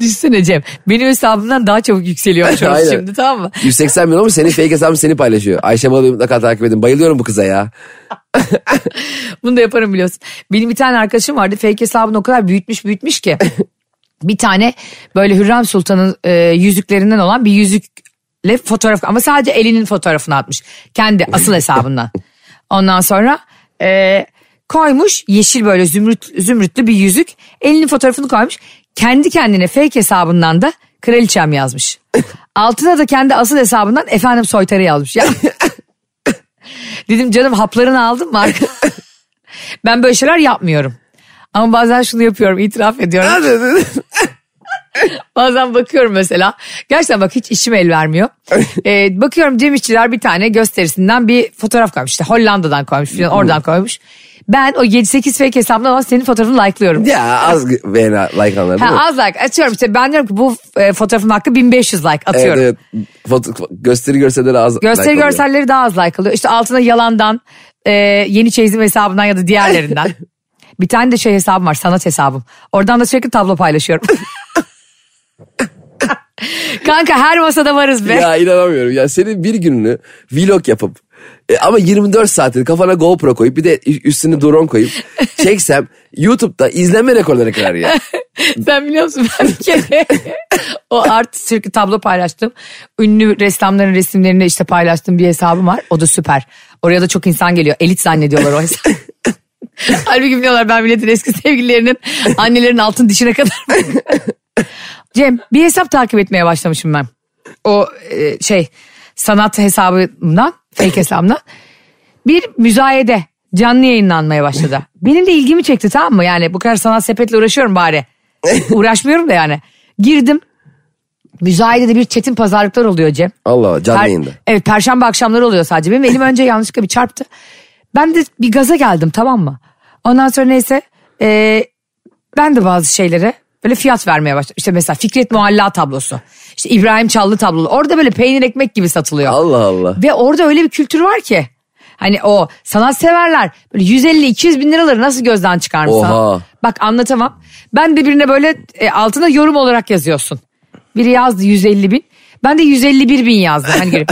Düşünsene Cem. Benim hesabımdan daha çabuk yükseliyor şu an
Aynen.
şimdi tamam mı?
180 milyon mu senin fake hesabın seni paylaşıyor. Ayşe Balı'yı mutlaka takip edin. Bayılıyorum bu kıza ya.
Bunu da yaparım biliyorsun. Benim bir tane arkadaşım vardı fake hesabını o kadar büyütmüş büyütmüş ki. bir tane böyle Hürrem Sultan'ın e, yüzüklerinden olan bir yüzükle fotoğraf ama sadece elinin fotoğrafını atmış. Kendi asıl hesabından. Ondan sonra e, koymuş yeşil böyle zümrüt, zümrütlü bir yüzük. Elinin fotoğrafını koymuş. Kendi kendine fake hesabından da kraliçem yazmış. Altına da kendi asıl hesabından efendim soytarı yazmış. Ya. Dedim canım haplarını aldın mı? arkadaş?" ben böyle şeyler yapmıyorum. Ama bazen şunu yapıyorum itiraf ediyorum. Bazen bakıyorum mesela. Gerçekten bak hiç işim el vermiyor. Ee, bakıyorum Cem İşçiler bir tane gösterisinden bir fotoğraf koymuş. İşte Hollanda'dan koymuş falan
Hmm.
oradan koymuş. Ben o 7-8 fake hesabımdan olan senin fotoğrafını like'lıyorum.
ya az beğeni like alanlar değil mi?
Ha, az like atıyorum işte ben diyorum ki bu e, fotoğrafın hakkı 1500 like atıyorum.
Evet, evet. Foto- gösteri görselleri az
Gösteri
like oluyor.
görselleri daha az like alıyor. İşte altına yalandan, e, yeni çeyizim hesabından ya da diğerlerinden. bir tane de şey hesabım var, sanat hesabım. Oradan da sürekli tablo paylaşıyorum. Kanka her masada varız be.
Ya inanamıyorum ya senin bir gününü vlog yapıp e, ama 24 saatini kafana GoPro koyup bir de ü- üstüne drone koyup çeksem YouTube'da izlenme rekorları kırar ya.
Sen biliyor musun ben bir kere o art sürekli tablo paylaştım. Ünlü ressamların resimlerini işte paylaştığım bir hesabım var. O da süper. Oraya da çok insan geliyor. Elit zannediyorlar o hesabı. Halbuki biliyorlar ben milletin eski sevgililerinin annelerin altın dişine kadar. Cem bir hesap takip etmeye başlamışım ben. O e, şey sanat hesabından fake hesabından bir müzayede canlı yayınlanmaya başladı. Benim de ilgimi çekti tamam mı? Yani bu kadar sanat sepetle uğraşıyorum bari. Uğraşmıyorum da yani. Girdim. Müzayedede bir çetin pazarlıklar oluyor Cem.
Allah Allah, canlı
Per-
yayında.
Evet perşembe akşamları oluyor sadece. Benim elim önce yanlışlıkla bir çarptı. Ben de bir gaza geldim tamam mı? Ondan sonra neyse e, ben de bazı şeylere böyle fiyat vermeye başladım. İşte mesela Fikret Mualla tablosu. İşte İbrahim Çallı tablosu. Orada böyle peynir ekmek gibi satılıyor.
Allah Allah.
Ve orada öyle bir kültür var ki. Hani o sanatseverler böyle 150-200 bin liraları nasıl gözden çıkarmış
Oha.
sana? Bak anlatamam. Ben de birine böyle e, altına yorum olarak yazıyorsun. Biri yazdı 150 bin. Ben de 151 bin yazdım. Hani girip,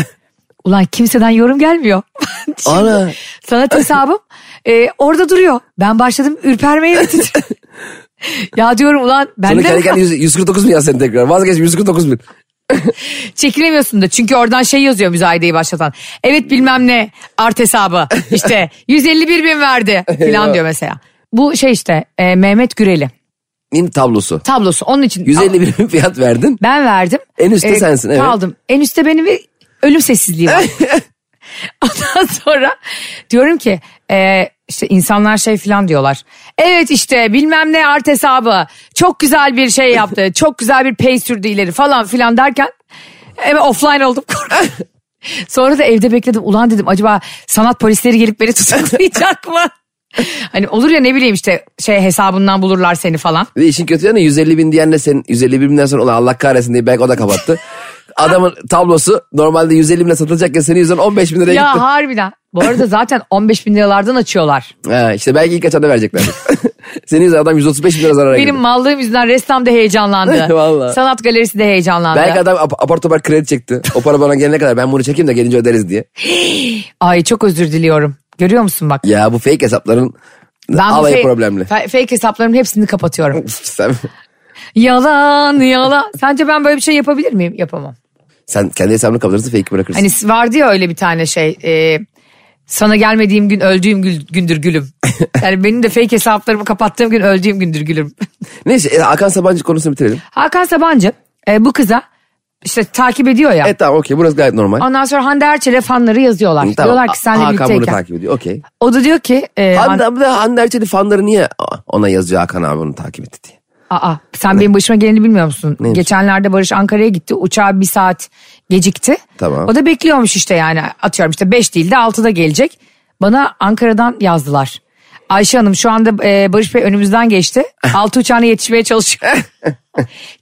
Ulan kimseden yorum gelmiyor. Şimdi
Ana.
Sanat hesabım e, orada duruyor. Ben başladım ürpermeye ve titre- Ya diyorum ulan ben
Sonra
de
kendi kendine yüz- 149 bin yazsın tekrar. Vazgeç 149 bin.
çekilemiyorsun da. Çünkü oradan şey yazıyor müzayedeyi başlatan. Evet bilmem ne art hesabı işte 151 bin verdi
Eyvah.
falan diyor mesela. Bu şey işte e, Mehmet Güreli
Nin tablosu.
tablosu onun için.
150 bin fiyat verdin.
Ben verdim. Ee,
En üstte sensin, evet.
Kaldım. En üstte benim bir ölüm sessizliği var. Ondan sonra diyorum ki e, işte insanlar şey falan diyorlar. Evet işte bilmem ne art hesabı çok güzel bir şey yaptı. çok güzel bir pey sürdü ileri falan filan derken hemen offline oldum korkuyorum. Sonra da evde bekledim. Ulan dedim acaba sanat polisleri gelip beni tutuklayacak mı? hani olur ya ne bileyim işte şey hesabından bulurlar seni falan.
Ve işin kötü yanı 150 bin diyenle senin 150 binden sonra ulan Allah kahretsin diye belki o da kapattı. Adamın tablosu normalde 150 bine satılacakken senin yüzünden 15 bin liraya
ya
gitti.
harbiden. Bu arada zaten 15 bin liralardan açıyorlar.
Ha, işte belki ilk açanda verecekler. senin yüzünden adam 135 bin lira zarara
Benim
girdi.
mallığım yüzünden ressam da heyecanlandı.
Vallahi.
Sanat galerisi de heyecanlandı.
Belki adam ap- apar topar kredi çekti. O para bana gelene kadar ben bunu çekeyim de gelince öderiz diye.
Ay çok özür diliyorum. Görüyor musun bak.
Ya bu fake hesapların
bu
alayı
fe-
problemli.
fe- fake hesaplarımın hepsini kapatıyorum.
sen,
yalan yalan. Sence ben böyle bir şey yapabilir miyim? Yapamam.
sen kendi hesabını kapatırsın fake'i bırakırsın.
Hani vardı ya öyle bir tane şey. e, sana gelmediğim gün öldüğüm gül- gündür gülüm. Yani benim de fake hesaplarımı kapattığım gün öldüğüm gündür gülüm.
Neyse e, Hakan Sabancı konusunu bitirelim.
Hakan Sabancı e, bu kıza işte takip ediyor ya.
Evet E, tamam okey burası gayet normal.
Ondan sonra Hande Erçel'e fanları yazıyorlar.
Tamam,
Diyorlar ki senle
Hakan bunu
birlikteyken.
takip ediyor okey.
O da diyor ki e, Han-
Hande, Hande, Hande Erçel'in fanları niye Aa, ona yazıyor Hakan abi onu takip etti diye.
Aa, sen benim başıma geleni bilmiyor musun? Geçenlerde Barış Ankara'ya gitti. Uçağı bir saat gecikti.
Tamam.
O da bekliyormuş işte yani. Atıyorum işte 5 değil de 6'da gelecek. Bana Ankara'dan yazdılar. Ayşe Hanım şu anda e, Barış Bey önümüzden geçti. 6 uçağına yetişmeye çalışıyor.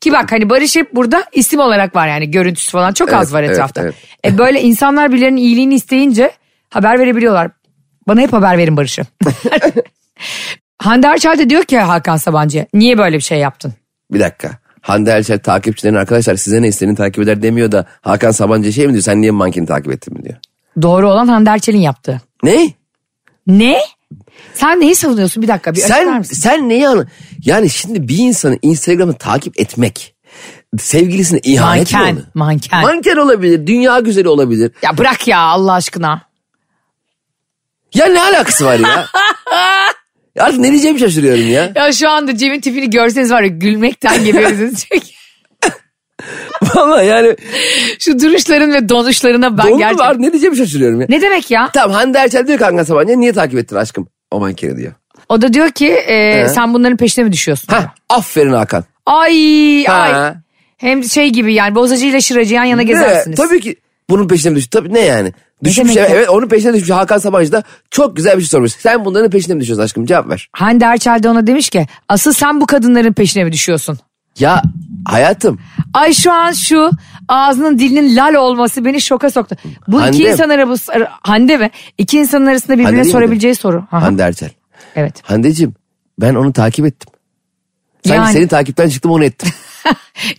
Ki bak hani Barış hep burada isim olarak var yani. Görüntüsü falan çok az
Evet,
var
evet,
etrafta.
evet.
E, böyle insanlar birilerinin iyiliğini isteyince haber verebiliyorlar. Bana hep haber verin Barış'ı. Hande Erçel de diyor ki Hakan Sabancı'ya niye böyle bir şey yaptın?
Bir dakika. Hande Erçel takipçilerin arkadaşlar size ne istenin takip eder demiyor da Hakan Sabancı şey mi diyor sen niye mankeni takip ettin mi diyor.
Doğru olan Hande Erçel'in yaptığı.
Ne?
Ne? Sen neyi savunuyorsun? Bir dakika bir açıklar
Sen
mısın?
sen neyi anla? Yani şimdi bir insanı Instagram'da takip etmek sevgilisine ihanet mi
Manken,
onu?
manken.
Manken olabilir, dünya güzeli olabilir.
Ya bırak ya Allah aşkına.
Ya ne alakası var ya? Ya Artık ne diyeceğimi şaşırıyorum ya.
Ya şu anda Cem'in tipini görseniz var ya gülmekten geberirsiniz. Çünkü
Vallahi yani
Şu duruşların ve donuşlarına ben
doğru mu?
gerçekten...
Artık ne diyeceğimi şaşırıyorum ya.
Ne demek ya?
Tamam Hande Erçel diyor ki Hakan Sabancı'ya niye takip ettin aşkım? O mankeni diyor.
O da diyor ki
Ee?
e, sen bunların peşine mi düşüyorsun?
Hah aferin Hakan.
Ay
Ha.
ay. Hem şey gibi yani bozacı ile şıracı yan yana gezersiniz.
Ne? Tabii ki bunun peşine mi düştü? Tabii ne yani? Düşmüş
demek
evet,
ya?
evet, onun peşine düşmüş Hakan Sabancı da çok güzel bir şey sormuş. Sen bunların peşine mi düşüyorsun aşkım? Cevap ver.
Hande Erçel de ona demiş ki asıl sen bu kadınların peşine mi düşüyorsun?
Ya hayatım
Ay şu an şu ağzının dilinin lal olması beni şoka soktu. Bu iki
Hande.
insan arabası ara- Hande mi? İki insanın arasında birbirine
Hande değil
sorabileceği
miydi?
soru. Aha,
Hande Erçel.
Evet.
Handeciğim ben onu takip ettim. Sanki
Yani.
seni takipten çıktım onu ettim.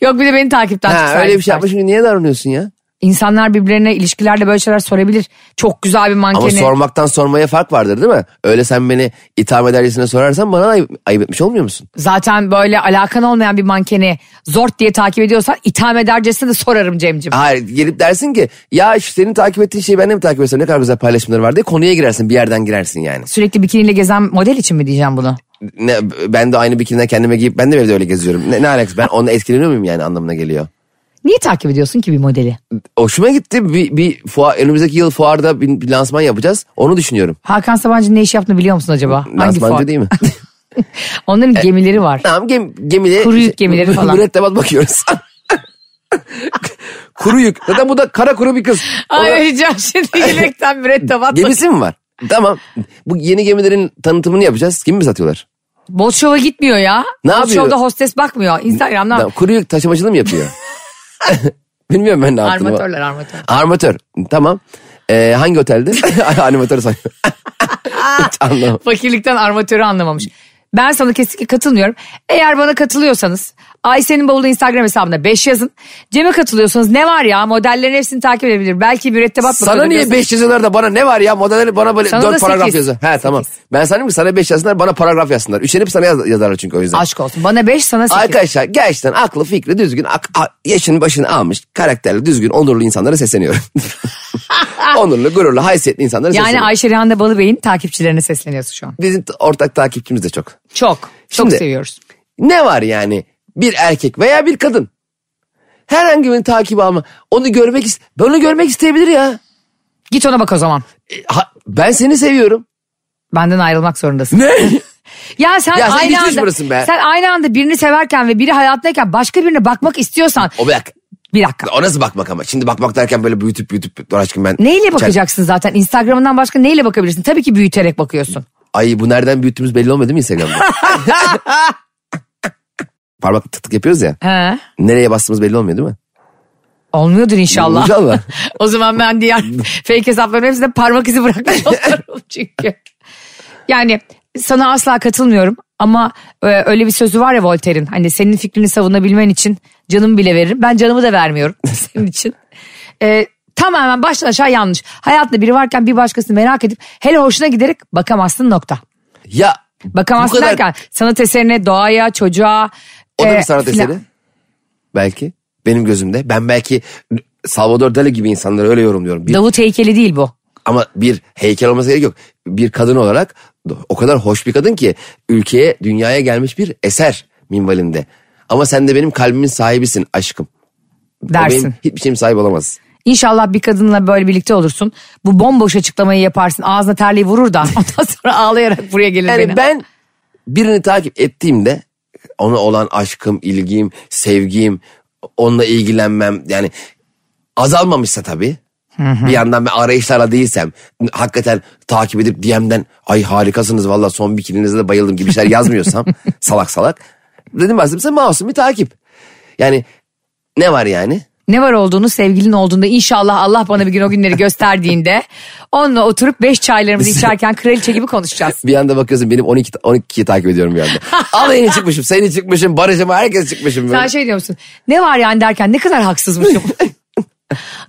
Yok bir de beni takipten
ha,
çıksaydı.
öyle bir şey yapmış niye davranıyorsun ya?
İnsanlar birbirlerine ilişkilerde böyle şeyler sorabilir. Çok güzel bir mankeni.
Ama sormaktan sormaya fark vardır değil mi? Öyle sen beni itham edercesine sorarsan bana ayıp, ayıp etmiş olmuyor musun?
Zaten böyle alakan olmayan bir mankeni zort diye takip ediyorsan itham edercesine de sorarım Cem'ciğim.
Hayır gelip dersin ki ya şu senin takip ettiğin şeyi ben de mi takip etsem ne kadar güzel paylaşımları var diye konuya girersin bir yerden girersin yani.
Sürekli bikiniyle gezen model için mi diyeceğim bunu?
Ne, ben de aynı bikiniden kendime giyip ben de evde öyle geziyorum. Ne, ne alakası ben onunla etkileniyor muyum yani anlamına geliyor.
Niye takip ediyorsun ki bir modeli?
Hoşuma gitti bir, bir fuar, önümüzdeki yıl fuarda bir, bir lansman yapacağız onu düşünüyorum.
Hakan Sabancı'nın ne iş yaptığını biliyor musun acaba? Hangi fuar?
Lansmancı değil E, mi?
Onların gemileri var.
Tamam gem, gemileri.
Kuru yük gemileri falan.
Mürettebat bakıyoruz. kuru yük. Zaten bu da kara kuru bir kız.
Ay
Ona-
öleceğim şimdi yürekten mürettebat.
Gemisi mi var? Tamam. Bu yeni gemilerin tanıtımını yapacağız. Kim mi satıyorlar?
Bol şova gitmiyor ya.
Ne
Bol
yapıyor?
şovda hostes bakmıyor. Instagram'dan
Tamam, Kuru yük taşımacılığı mı yapıyor? Bilmiyorum ben ne yaptığımı.
armatörler armatör.
Armatör. Tamam. Ee, hangi otelde? Animatör sanıyorum.
Ah.
Hiç anlamadım.
Fakirlikten armatörü anlamamış. Ben sana kesinlikle katılmıyorum. Eğer bana katılıyorsanız Ayşe'nin bavulu Instagram hesabına 5 yazın. Cem'e katılıyorsanız ne var ya modellerin hepsini takip edebilir. Belki mürettebat
Sana
bakıyordur
niye
diyorsun.
5 yazıyorlar da bana ne var ya modelleri bana böyle
Sana da
4 paragraf
sekiz.
yazıyor. He tamam.
Sekiz.
Ben sanırım ki sana 5 yazsınlar bana paragraf yazsınlar. Üşenip sana yaz- yazarlar çünkü o yüzden.
Aşk olsun bana 5 sana 8.
Arkadaşlar gerçekten aklı fikri düzgün, ak, a- yaşını başını almış, karakterli, düzgün, onurlu insanlara sesleniyorum. onurlu, gururlu, haysiyetli insanlara
yani
sesleniyorum.
Ayşe Rehan'da Balıbey'in takipçilerine sesleniyorsun şu an.
Bizim t- ortak takipçimiz de çok.
Çok. Çok
Şimdi-
seviyoruz.
Ne var yani bir erkek veya bir kadın? Herhangi birini takip alma. Onu görmek is- ben onu görmek isteyebilir ya.
Git ona bak o zaman.
E, ha- ben seni seviyorum.
Benden ayrılmak zorundasın.
Ne?
Ya sen,
Ya sen
aynı
gitmiş
anda
burasın be.
sen aynı anda birini severken ve biri hayatındayken başka birine bakmak istiyorsan
o bak.
bir dakika.
O nasıl bakmak ama? Şimdi bakmak derken böyle büyütüp büyütüp dur aşkım ben.
Neyle bakacaksın zaten? Instagram'dan başka neyle bakabilirsin? Tabii ki büyüterek bakıyorsun.
Ay bu nereden büyüttüğümüz belli olmadı değil mi Instagram'da? Parmak tık tık yapıyoruz ya.
He.
Nereye bastığımız belli olmuyor değil mi?
Olmuyordur inşallah.
İnşallah.
o zaman ben diğer fake hesapların hepsine parmak izi bırakmış olurum çünkü. Yani sana asla katılmıyorum ama e, öyle bir sözü var ya Voltaire'in. Hani senin fikrini savunabilmen için canımı bile veririm. Ben canımı da vermiyorum senin için. E, tamamen baştan aşağı yanlış. Hayatta biri varken bir başkasını merak edip hele hoşuna giderek bakamazsın nokta.
Ya
Bakamazsın
bu kadar-
derken sanat eserine, doğaya, çocuğa.
O da
e,
bir sanat
filan.
eseri. Belki. Benim gözümde. Ben belki Salvador Dali gibi insanları öyle yorumluyorum. Bir,
Davut heykeli değil bu.
ama bir heykel olması gerek yok. Bir kadın olarak o kadar hoş bir kadın ki ülkeye, dünyaya gelmiş bir eser minvalinde. Ama sen de benim kalbimin sahibisin aşkım. O
Dersin.
benim hiçbir şeyim sahibi olamaz.
İnşallah bir kadınla böyle birlikte olursun. Bu bomboş açıklamayı yaparsın. Ağzına terliği vurur da ondan sonra ağlayarak buraya gelir
Yani
beni.
ben birini takip ettiğimde ona olan aşkım, ilgim, sevgim, onunla ilgilenmem yani azalmamışsa tabii. bir yandan ben arayışlarla değilsem hakikaten takip edip DM'den ay harikasınız valla son bikininize de bayıldım gibi şeyler yazmıyorsam salak salak. Dedim ben size masum bir takip. Yani ne var yani?
Ne var olduğunu sevgilin olduğunda inşallah Allah bana bir gün o günleri gösterdiğinde onunla oturup beş çaylarımızı içerken kraliçe gibi konuşacağız.
Bir anda bakıyorsun benim 12 12'yi takip ediyorum bir anda. Alayını çıkmışım, seni çıkmışım, Barış'ıma herkes çıkmışım. böyle.
Sen şey diyor musun? Ne var yani derken ne kadar haksızmışım.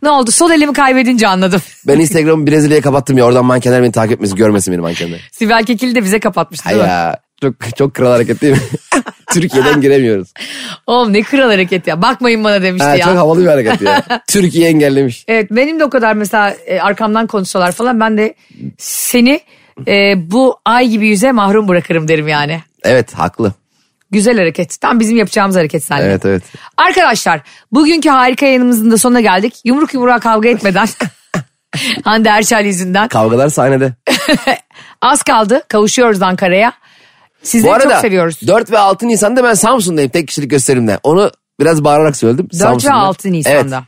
ne oldu? Sol elimi kaybedince anladım.
Ben Instagram'ı Brezilya'ya kapattım ya oradan mankenler beni takip etmesi görmesin beni mankenler.
Sibel Kekil'i de bize kapatmış değil mi?
Hayya çok, çok kral hareket değil mi? Türkiye'den giremiyoruz.
Oğlum ne kral hareket ya. Bakmayın bana demişti
Ha,
ya.
Çok havalı bir hareket ya. Türkiye engellemiş.
Evet benim de o kadar mesela e, arkamdan konuşsalar falan ben de seni e, bu ay gibi yüze mahrum bırakırım derim yani.
Evet haklı.
Güzel hareket. Tam bizim yapacağımız hareket sende.
Evet evet.
Arkadaşlar bugünkü harika yayınımızın da sonuna geldik. Yumruk yumruğa kavga etmeden Hande Erçel yüzünden
Kavgalar sahnede.
az kaldı kavuşuyoruz Ankara'ya. Sizleri
Bu arada
çok seviyoruz.
4 ve 6 Nisan'da ben Samsun'dayım tek kişilik gösterimde. Onu biraz bağırarak söyledim.
4 ve 6
Evet.
Nisan'da.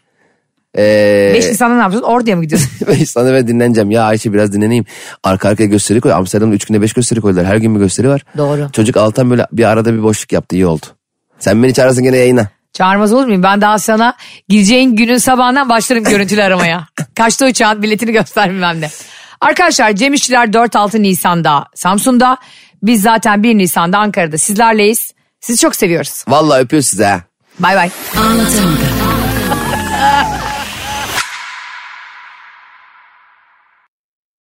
Ee,
5 Nisan'da ne yapıyorsun? Ordu'ya mı gidiyorsun?
Sana ben dinleneceğim. Ya Ayşe biraz dinleneyim. Arka arkaya gösteri koy. Amsterdam'da 3 günde 5 gösteri koydular. Her gün bir gösteri var.
Doğru.
Çocuk Altan böyle bir arada bir boşluk yaptı. iyi oldu. Sen beni çağırırsın gene yayına.
Çağırmaz olur muyum? Ben daha sana gideceğin günün sabahından başlarım görüntülü aramaya. Kaçta uçağın biletini göstermem de. Arkadaşlar Cem İşçiler 4-6 Nisan'da Samsun'da. Biz zaten 1 Nisan'da Ankara'da sizlerleyiz. Sizi çok seviyoruz.
Vallahi öpüyoruz size ha.
Bay bay.
Anlatamadım.